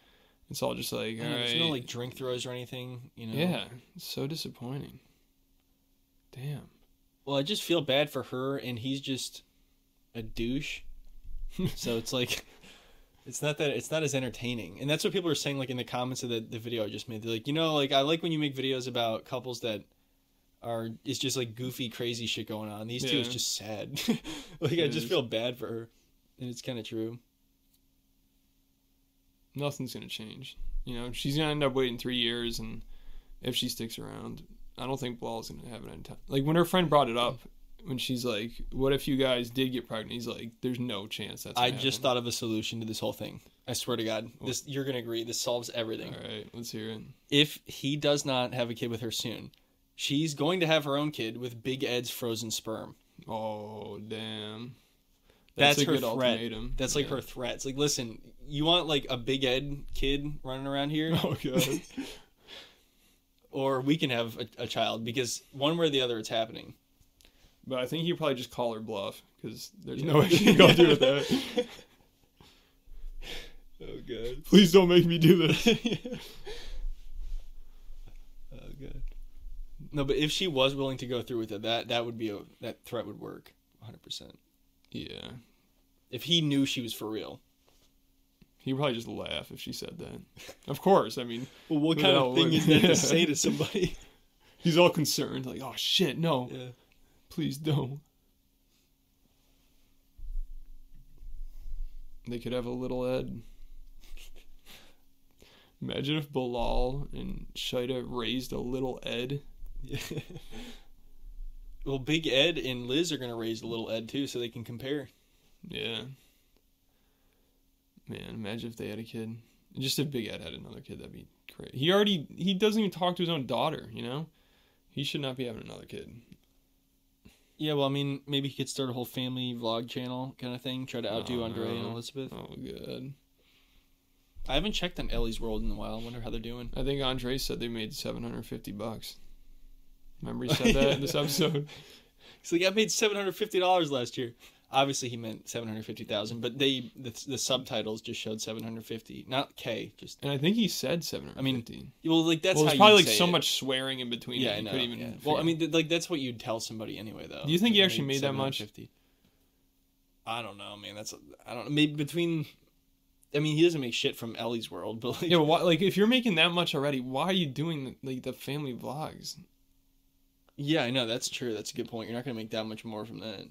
[SPEAKER 2] It's all just like, all
[SPEAKER 1] And
[SPEAKER 2] right.
[SPEAKER 1] There's no like drink throws or anything, you know.
[SPEAKER 2] Yeah, it's so disappointing. Damn.
[SPEAKER 1] Well, I just feel bad for her, and he's just a douche. so it's like, it's not that it's not as entertaining, and that's what people are saying. Like in the comments of the, the video I just made, they're like, you know, like I like when you make videos about couples that are it's just like goofy, crazy shit going on. These two is
[SPEAKER 2] Yeah.
[SPEAKER 1] just sad. like I
[SPEAKER 2] It
[SPEAKER 1] just
[SPEAKER 2] is.
[SPEAKER 1] feel bad for her, and it's kind of true.
[SPEAKER 2] Nothing's gonna change. You know, she's gonna end up waiting three years, and if she sticks around, I don't think Blal's gonna have it in time. Like when her friend brought it up, when she's like, "What if you guys did get pregnant?" He's like, "There's no chance that's."
[SPEAKER 1] I
[SPEAKER 2] gonna
[SPEAKER 1] just
[SPEAKER 2] happen."
[SPEAKER 1] thought of a solution to this whole thing. I swear to God, this you're gonna agree. This solves everything.
[SPEAKER 2] All right, let's hear it.
[SPEAKER 1] if he does not have a kid with her soon, she's going to have her own kid with Big Ed's frozen sperm.
[SPEAKER 2] Oh damn.
[SPEAKER 1] That's, her threat. That's like her threat. It's like, listen, you want like a Big Ed kid running around here,
[SPEAKER 2] Oh god.
[SPEAKER 1] or we can have a, a child because one way or the other, it's happening.
[SPEAKER 2] but I think he'd probably just call her bluff because there's no way she can go through with that.
[SPEAKER 1] Oh god.
[SPEAKER 2] Please don't make me do this.
[SPEAKER 1] Oh god. No, but if she was willing to go through with it, that that would be a that threat would work, hundred percent.
[SPEAKER 2] Yeah.
[SPEAKER 1] If he knew she was for real.
[SPEAKER 2] He'd probably just laugh if she said that. Of course, I mean,
[SPEAKER 1] Well, what
[SPEAKER 2] Who
[SPEAKER 1] kind
[SPEAKER 2] the
[SPEAKER 1] of
[SPEAKER 2] hell
[SPEAKER 1] thing
[SPEAKER 2] would?
[SPEAKER 1] is that to say to somebody?
[SPEAKER 2] he's all concerned, like, oh shit, no,
[SPEAKER 1] yeah.
[SPEAKER 2] please don't. They could have a little Ed. Imagine if Bilal and Shida raised a little Ed.
[SPEAKER 1] Well, Big Ed and Liz are going to raise a little Ed too, so they can compare.
[SPEAKER 2] Yeah. Man, imagine if they had a kid. And just if Big Ed had another kid, that'd be great. He already he doesn't even talk to his own daughter. You know, he should not be having another kid.
[SPEAKER 1] Yeah, well, I mean, maybe he could start a whole family vlog channel kind of thing. Try to outdo
[SPEAKER 2] Oh,
[SPEAKER 1] Andre and
[SPEAKER 2] no.
[SPEAKER 1] Elizabeth.
[SPEAKER 2] Oh, good.
[SPEAKER 1] I haven't checked on Ellie's World in a while. I wonder how they're doing.
[SPEAKER 2] I think Andre said they made seven hundred fifty bucks. Remember he said that in this episode.
[SPEAKER 1] So like, I made seven hundred fifty dollars last year. Obviously, he meant seven hundred fifty thousand, but they the, the subtitles just showed seven hundred fifty, not K. Just
[SPEAKER 2] And I think he said seven hundred fifty. I mean,
[SPEAKER 1] well, like that's
[SPEAKER 2] well,
[SPEAKER 1] how
[SPEAKER 2] there's probably
[SPEAKER 1] you
[SPEAKER 2] like
[SPEAKER 1] say
[SPEAKER 2] so
[SPEAKER 1] it.
[SPEAKER 2] much swearing in between.
[SPEAKER 1] Yeah,
[SPEAKER 2] that
[SPEAKER 1] I
[SPEAKER 2] you
[SPEAKER 1] know.
[SPEAKER 2] couldn't even
[SPEAKER 1] yeah.
[SPEAKER 2] figure
[SPEAKER 1] Well, I
[SPEAKER 2] out.
[SPEAKER 1] mean, th- like that's what you'd tell somebody anyway, though.
[SPEAKER 2] Do you think he
[SPEAKER 1] Like,
[SPEAKER 2] actually made that much?
[SPEAKER 1] 750. I don't know, man. That's I don't know. Maybe between. I mean, he doesn't make shit from Ellie's World, but like,
[SPEAKER 2] yeah, why, like if you're making that much already, why are you doing like the family vlogs?
[SPEAKER 1] Yeah, I know. That's true. That's a good point. You're not going to make that much more from that.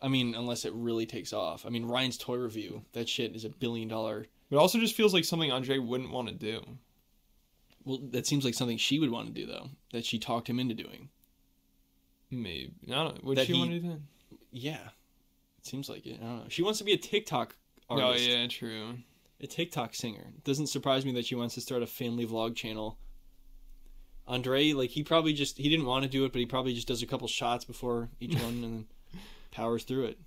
[SPEAKER 1] I mean, unless it really takes off. I mean, Ryan's toy review. That shit is a billion dollar.
[SPEAKER 2] But it also just feels like something Andre wouldn't want to do.
[SPEAKER 1] Well, that seems like something she would want to do though. That she talked him into doing.
[SPEAKER 2] Maybe I don't. Would
[SPEAKER 1] That
[SPEAKER 2] she
[SPEAKER 1] he-
[SPEAKER 2] want to do that?
[SPEAKER 1] Yeah, it seems like it. I don't know. She wants to be a TikTok
[SPEAKER 2] Oh
[SPEAKER 1] artist,
[SPEAKER 2] yeah, true.
[SPEAKER 1] a TikTok singer. It doesn't surprise me that she wants to start a family vlog channel. Andre, like he probably just he didn't want to do it, but he probably just does a couple shots before each one and then powers through it.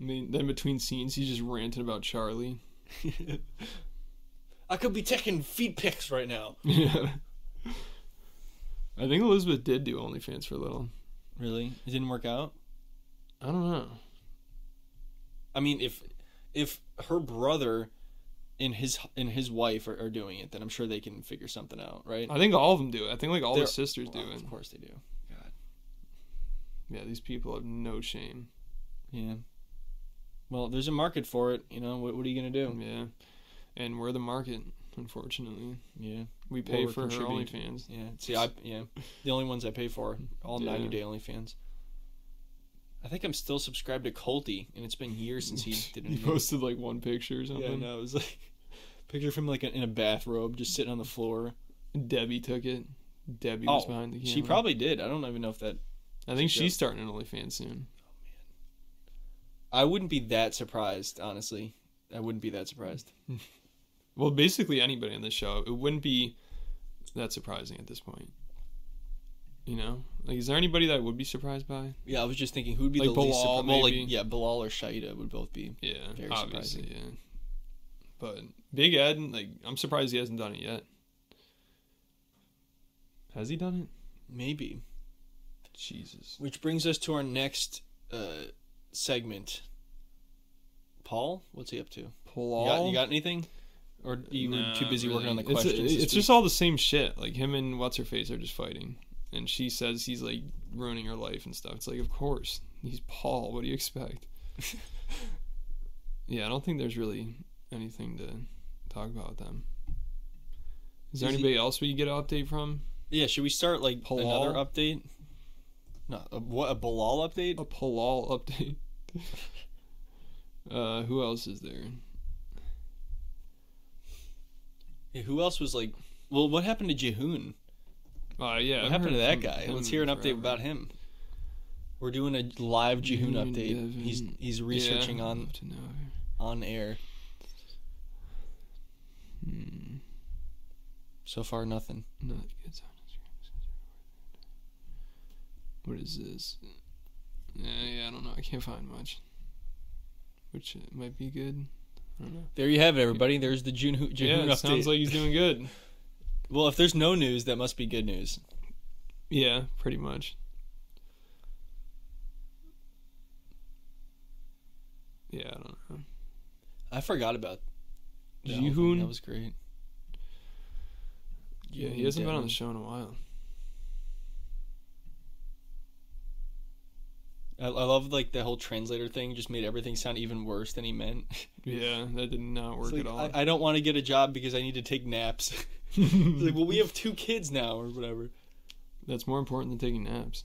[SPEAKER 2] I mean, then between scenes, he's just ranting about Charlie.
[SPEAKER 1] I could be taking feet pics right now.
[SPEAKER 2] I think Elizabeth did do OnlyFans for a little.
[SPEAKER 1] Really? It didn't work out?
[SPEAKER 2] I don't know.
[SPEAKER 1] I mean, if if her brother and his and his wife are, are doing it, then I'm sure they can figure something out, right?
[SPEAKER 2] I think all of them do it. I think like all
[SPEAKER 1] They're-
[SPEAKER 2] the sisters do
[SPEAKER 1] Well,
[SPEAKER 2] it.
[SPEAKER 1] Of course they do.
[SPEAKER 2] Yeah, these people have no shame.
[SPEAKER 1] Yeah. Well, there's a market for it, you know. What, what are you gonna do?
[SPEAKER 2] Yeah, and we're the market. Unfortunately,
[SPEAKER 1] Yeah,
[SPEAKER 2] we
[SPEAKER 1] Or
[SPEAKER 2] pay
[SPEAKER 1] we're
[SPEAKER 2] for her
[SPEAKER 1] contributing to-
[SPEAKER 2] OnlyFans.
[SPEAKER 1] yeah. See, I yeah, the only ones I pay for all
[SPEAKER 2] Yeah.
[SPEAKER 1] 90 Day OnlyFans. I think I'm still subscribed to Colty, and it's been years since he did
[SPEAKER 2] he
[SPEAKER 1] anything.
[SPEAKER 2] posted like one picture or
[SPEAKER 1] yeah,
[SPEAKER 2] something.
[SPEAKER 1] no, it was like picture of him like in a bathrobe, just sitting on the floor.
[SPEAKER 2] Debbie took it. Debbie was
[SPEAKER 1] Oh,
[SPEAKER 2] behind the camera.
[SPEAKER 1] She probably did. I don't even know if that.
[SPEAKER 2] I think
[SPEAKER 1] she
[SPEAKER 2] she's starting an OnlyFans soon.
[SPEAKER 1] I wouldn't be that surprised, honestly. I wouldn't be that surprised.
[SPEAKER 2] Well, basically anybody on this show, it wouldn't be that surprising at this point. You know, like is there anybody that I would be surprised by?
[SPEAKER 1] Yeah, I was just thinking who would be
[SPEAKER 2] Like
[SPEAKER 1] the least
[SPEAKER 2] Bilal,
[SPEAKER 1] surprised. Well, like
[SPEAKER 2] maybe.
[SPEAKER 1] yeah, Bilal or Shaida would both be.
[SPEAKER 2] Yeah,
[SPEAKER 1] Very
[SPEAKER 2] obviously, yeah. But Big Ed, like I'm surprised he hasn't done it yet. Has he done
[SPEAKER 1] Maybe.
[SPEAKER 2] it? Jesus.
[SPEAKER 1] Which brings us to our next uh, segment. Paul, what's he up to? You
[SPEAKER 2] Paul,
[SPEAKER 1] got, you got anything? Or you were
[SPEAKER 2] Nah,
[SPEAKER 1] too busy working on the
[SPEAKER 2] really. It's-
[SPEAKER 1] questions?
[SPEAKER 2] It's,
[SPEAKER 1] this
[SPEAKER 2] just all the same shit. Like him and what's her face are just fighting, and she says he's like ruining her life and stuff. It's like, of course, he's Paul. What do you expect? yeah, I don't think there's really anything to talk about with them. Is there
[SPEAKER 1] Is he-
[SPEAKER 2] anybody else we could get an update from?
[SPEAKER 1] week? Yeah, should we start like
[SPEAKER 2] Bilal?
[SPEAKER 1] another update? Oh. No, a, what a Bilal update?
[SPEAKER 2] A Palal update. uh, who else is there?
[SPEAKER 1] Yeah, who else was like? Well, what happened to Jehoon?
[SPEAKER 2] Uh, yeah,
[SPEAKER 1] What
[SPEAKER 2] I've
[SPEAKER 1] happened to that
[SPEAKER 2] heard from
[SPEAKER 1] guy?
[SPEAKER 2] him
[SPEAKER 1] Let's hear an update
[SPEAKER 2] forever.
[SPEAKER 1] about him. We're doing a live Jihoon
[SPEAKER 2] Jihoon
[SPEAKER 1] update.
[SPEAKER 2] Devin.
[SPEAKER 1] He's he's
[SPEAKER 2] Yeah,
[SPEAKER 1] researching
[SPEAKER 2] I'd
[SPEAKER 1] on
[SPEAKER 2] love to know.
[SPEAKER 1] on air.
[SPEAKER 2] Hmm.
[SPEAKER 1] So far, nothing.
[SPEAKER 2] No, it's on Instagram. What is this? Yeah, yeah, I don't know. I can't find much. Which uh, might be good. I don't know.
[SPEAKER 1] There you have it, everybody. There's the June Jihoon
[SPEAKER 2] yeah, it
[SPEAKER 1] update.
[SPEAKER 2] sounds like he's doing good.
[SPEAKER 1] well, if there's no news, that must be good news.
[SPEAKER 2] yeah, pretty much. Yeah, I don't know.
[SPEAKER 1] I forgot about that whole thing.
[SPEAKER 2] Jihoon?
[SPEAKER 1] That was great.
[SPEAKER 2] Yeah, he
[SPEAKER 1] Jihoon
[SPEAKER 2] hasn't been on
[SPEAKER 1] Devin.
[SPEAKER 2] the show in a while.
[SPEAKER 1] I, I love like the whole translator thing. Just made everything sound even worse than he meant. It's
[SPEAKER 2] Yeah, that did not work
[SPEAKER 1] like,
[SPEAKER 2] at all.
[SPEAKER 1] I, I don't want to get a job because I need to take naps. It's like, well, we have two kids now, or whatever.
[SPEAKER 2] That's more important than taking naps.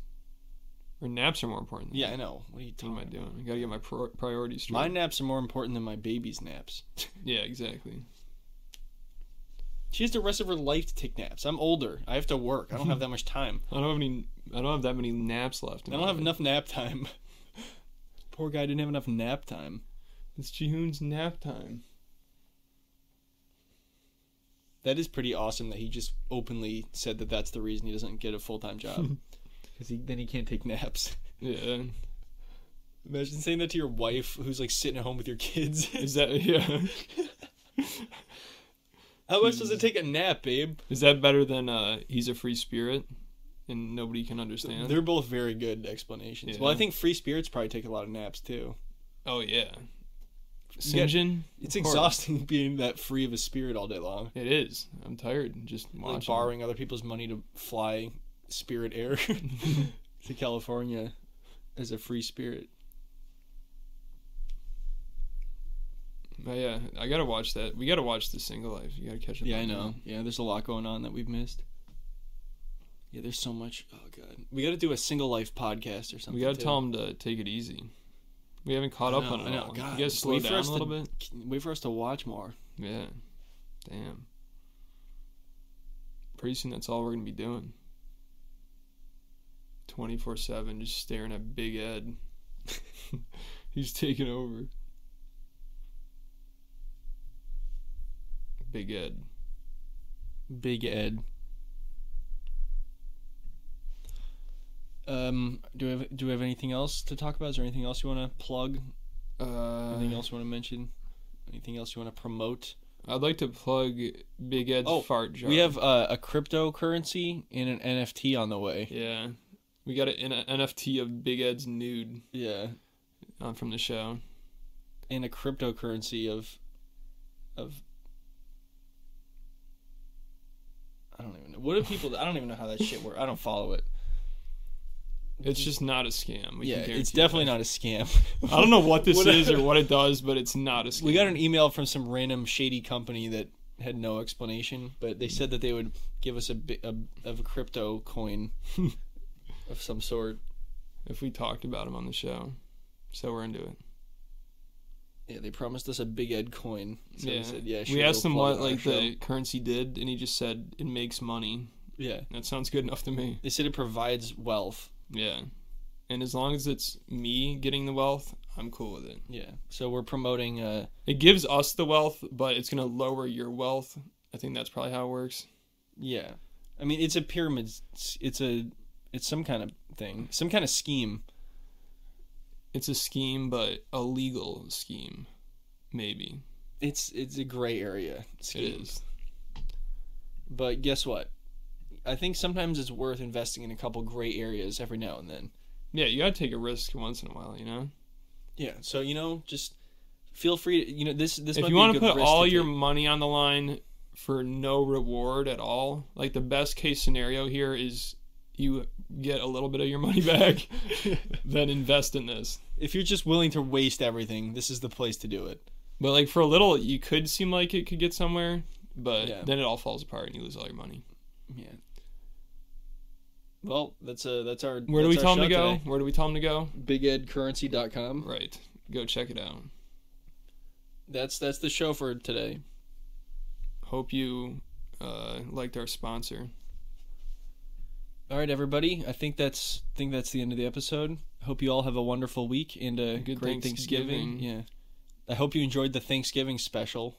[SPEAKER 2] Or naps are more important. Than
[SPEAKER 1] Yeah, I know. What are you
[SPEAKER 2] What
[SPEAKER 1] talking
[SPEAKER 2] am I
[SPEAKER 1] about?
[SPEAKER 2] doing? I gotta get my pro- priorities straight.
[SPEAKER 1] My naps are more important than my baby's naps.
[SPEAKER 2] Yeah, exactly.
[SPEAKER 1] She has the rest of her life to take naps. I'm older. I have to work. I don't have that much time.
[SPEAKER 2] I don't have any. I don't have that many naps left. in
[SPEAKER 1] I don't
[SPEAKER 2] my
[SPEAKER 1] have
[SPEAKER 2] life.
[SPEAKER 1] enough nap time. Poor guy didn't have enough nap time.
[SPEAKER 2] It's Jihoon's nap time.
[SPEAKER 1] That is pretty awesome that he just openly said that that's the reason he doesn't get a full time job. Because he, then he can't take naps.
[SPEAKER 2] Yeah.
[SPEAKER 1] Imagine saying that to your wife who's like sitting at home with your kids.
[SPEAKER 2] Is that yeah?
[SPEAKER 1] How much does it take a nap, babe?
[SPEAKER 2] Is that better than uh he's a free spirit and nobody can understand?
[SPEAKER 1] They're both very good explanations.
[SPEAKER 2] Yeah.
[SPEAKER 1] Well, I think free spirits probably take a lot of naps too.
[SPEAKER 2] oh yeah. Sinjin?
[SPEAKER 1] It's
[SPEAKER 2] Of course.
[SPEAKER 1] exhausting being that free of a spirit all day long.
[SPEAKER 2] It is. I'm tired just
[SPEAKER 1] Like
[SPEAKER 2] watching.
[SPEAKER 1] borrowing other people's money to fly spirit air to California as a free spirit.
[SPEAKER 2] Oh, yeah, I gotta watch that. We gotta watch the single life. You gotta catch up.
[SPEAKER 1] Yeah, I
[SPEAKER 2] on
[SPEAKER 1] know. Yeah, there's a lot going on that we've missed. Yeah, there's so much. Oh god, we got to do a single life podcast or
[SPEAKER 2] that.
[SPEAKER 1] something.
[SPEAKER 2] We gotta
[SPEAKER 1] too.
[SPEAKER 2] tell him to take it easy. We haven't caught
[SPEAKER 1] I
[SPEAKER 2] up
[SPEAKER 1] know,
[SPEAKER 2] on it.
[SPEAKER 1] I know.
[SPEAKER 2] all.
[SPEAKER 1] God,
[SPEAKER 2] you guys slow
[SPEAKER 1] wait for
[SPEAKER 2] down
[SPEAKER 1] us
[SPEAKER 2] a
[SPEAKER 1] to-
[SPEAKER 2] little bit.
[SPEAKER 1] Wait for us to watch more.
[SPEAKER 2] Yeah. Damn. Pretty soon, that's all we're gonna be doing. Twenty four seven, just staring at Big Ed. He's taking over. Big Ed.
[SPEAKER 1] Big Ed. Um, do we have do we have anything else to talk about? Is there anything else you want to plug?
[SPEAKER 2] Uh,
[SPEAKER 1] Anything else you want to mention? Anything else you want to promote?
[SPEAKER 2] I'd like to plug Big Ed's
[SPEAKER 1] Oh,
[SPEAKER 2] fart jar.
[SPEAKER 1] We have uh, a cryptocurrency and an NFT on the way.
[SPEAKER 2] Yeah. We got an N- NFT of Big Ed's nude
[SPEAKER 1] Yeah,
[SPEAKER 2] uh, from the show.
[SPEAKER 1] and a cryptocurrency of, of. I don't even know. What do people? I don't even know how that shit works. I don't follow it.
[SPEAKER 2] It's just not a scam. We
[SPEAKER 1] yeah,
[SPEAKER 2] can
[SPEAKER 1] it's
[SPEAKER 2] guarantee that.
[SPEAKER 1] definitely not a scam.
[SPEAKER 2] I don't know what this
[SPEAKER 1] What-
[SPEAKER 2] is or what it does, but it's not a scam.
[SPEAKER 1] We got an email from some random shady company that had no explanation, but they said that they would give us a bit of a crypto coin of some sort.
[SPEAKER 2] if we talked about him on the show. So we're into it.
[SPEAKER 1] Yeah, they promised us a Big Ed coin. So
[SPEAKER 2] yeah.
[SPEAKER 1] we said, yeah, sure.
[SPEAKER 2] we asked
[SPEAKER 1] we'll
[SPEAKER 2] him
[SPEAKER 1] plug
[SPEAKER 2] what
[SPEAKER 1] it on our
[SPEAKER 2] like
[SPEAKER 1] show.
[SPEAKER 2] the currency did, and he just said it makes money.
[SPEAKER 1] Yeah.
[SPEAKER 2] That sounds good enough to me.
[SPEAKER 1] They said it provides wealth.
[SPEAKER 2] Yeah. And as long as it's me getting the wealth, I'm cool with it.
[SPEAKER 1] Yeah. So we're promoting uh
[SPEAKER 2] It gives us the wealth, but it's gonna lower your wealth. I think that's probably how it works.
[SPEAKER 1] yeah. I mean, it's a pyramid s- it's a it's some kind of thing, some kind of scheme.
[SPEAKER 2] it's a scheme, but a legal scheme, maybe
[SPEAKER 1] It's it's a gray area
[SPEAKER 2] it
[SPEAKER 1] scheme.
[SPEAKER 2] is.
[SPEAKER 1] But guess what? I think sometimes it's worth investing in a couple gray areas every now and then.
[SPEAKER 2] Yeah, you gotta take a risk once in a while, you know.
[SPEAKER 1] Yeah. So you know, just feel free to you know this this.
[SPEAKER 2] if
[SPEAKER 1] might
[SPEAKER 2] you
[SPEAKER 1] be a
[SPEAKER 2] want to
[SPEAKER 1] good
[SPEAKER 2] put
[SPEAKER 1] risk
[SPEAKER 2] all
[SPEAKER 1] to
[SPEAKER 2] your
[SPEAKER 1] take.
[SPEAKER 2] money on the line for no reward at all, like the best case scenario here is you get a little bit of your money back, then invest in this.
[SPEAKER 1] if you're just willing to waste everything, this is the place to do it.
[SPEAKER 2] But like for a little, you could seem like it could get somewhere, but
[SPEAKER 1] Yeah.
[SPEAKER 2] then it all falls apart and you lose all your money.
[SPEAKER 1] Yeah. Well, that's uh that's our.
[SPEAKER 2] Where do we
[SPEAKER 1] that's
[SPEAKER 2] tell
[SPEAKER 1] our
[SPEAKER 2] them to
[SPEAKER 1] show
[SPEAKER 2] go? Where do we tell them to go?
[SPEAKER 1] Today. BigEdCurrency.com.
[SPEAKER 2] Right, go check it out.
[SPEAKER 1] That's that's the show for today.
[SPEAKER 2] Hope you uh, liked our sponsor.
[SPEAKER 1] All right, everybody. I think that's think that's the end of the episode. Hope you all have a wonderful week and a
[SPEAKER 2] Good
[SPEAKER 1] great
[SPEAKER 2] Thanksgiving.
[SPEAKER 1] Thanksgiving. Yeah. I hope you enjoyed the Thanksgiving special.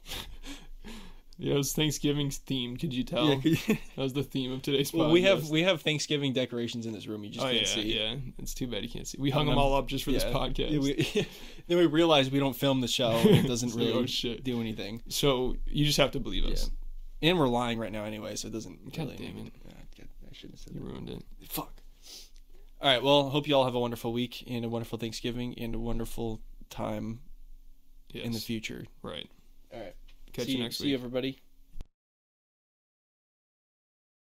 [SPEAKER 2] Yeah, it was Thanksgiving's theme. Could you tell? that was the theme of today's podcast.
[SPEAKER 1] well, we have we have Thanksgiving decorations in this room. You just
[SPEAKER 2] oh yeah,
[SPEAKER 1] can't see.
[SPEAKER 2] yeah. It's too bad you can't see. We hung
[SPEAKER 1] And
[SPEAKER 2] them
[SPEAKER 1] I'm-
[SPEAKER 2] all up just for this
[SPEAKER 1] Yeah.
[SPEAKER 2] podcast.
[SPEAKER 1] Yeah, we- then we realized we don't film the show. And it doesn't
[SPEAKER 2] It's like,
[SPEAKER 1] really
[SPEAKER 2] oh, shit.
[SPEAKER 1] do anything.
[SPEAKER 2] So you just have to believe us.
[SPEAKER 1] And we're lying right now anyway, so it doesn't
[SPEAKER 2] God
[SPEAKER 1] really.
[SPEAKER 2] damn
[SPEAKER 1] make- Ah, God, I shouldn't have said
[SPEAKER 2] You ruined it.
[SPEAKER 1] that. Fuck. All right. Well, hope you all have a wonderful week and a wonderful Thanksgiving and a wonderful time
[SPEAKER 2] Yes.
[SPEAKER 1] in the future.
[SPEAKER 2] right.
[SPEAKER 1] All right.
[SPEAKER 2] Catch
[SPEAKER 1] see
[SPEAKER 2] you next
[SPEAKER 1] see
[SPEAKER 2] week.
[SPEAKER 1] everybody.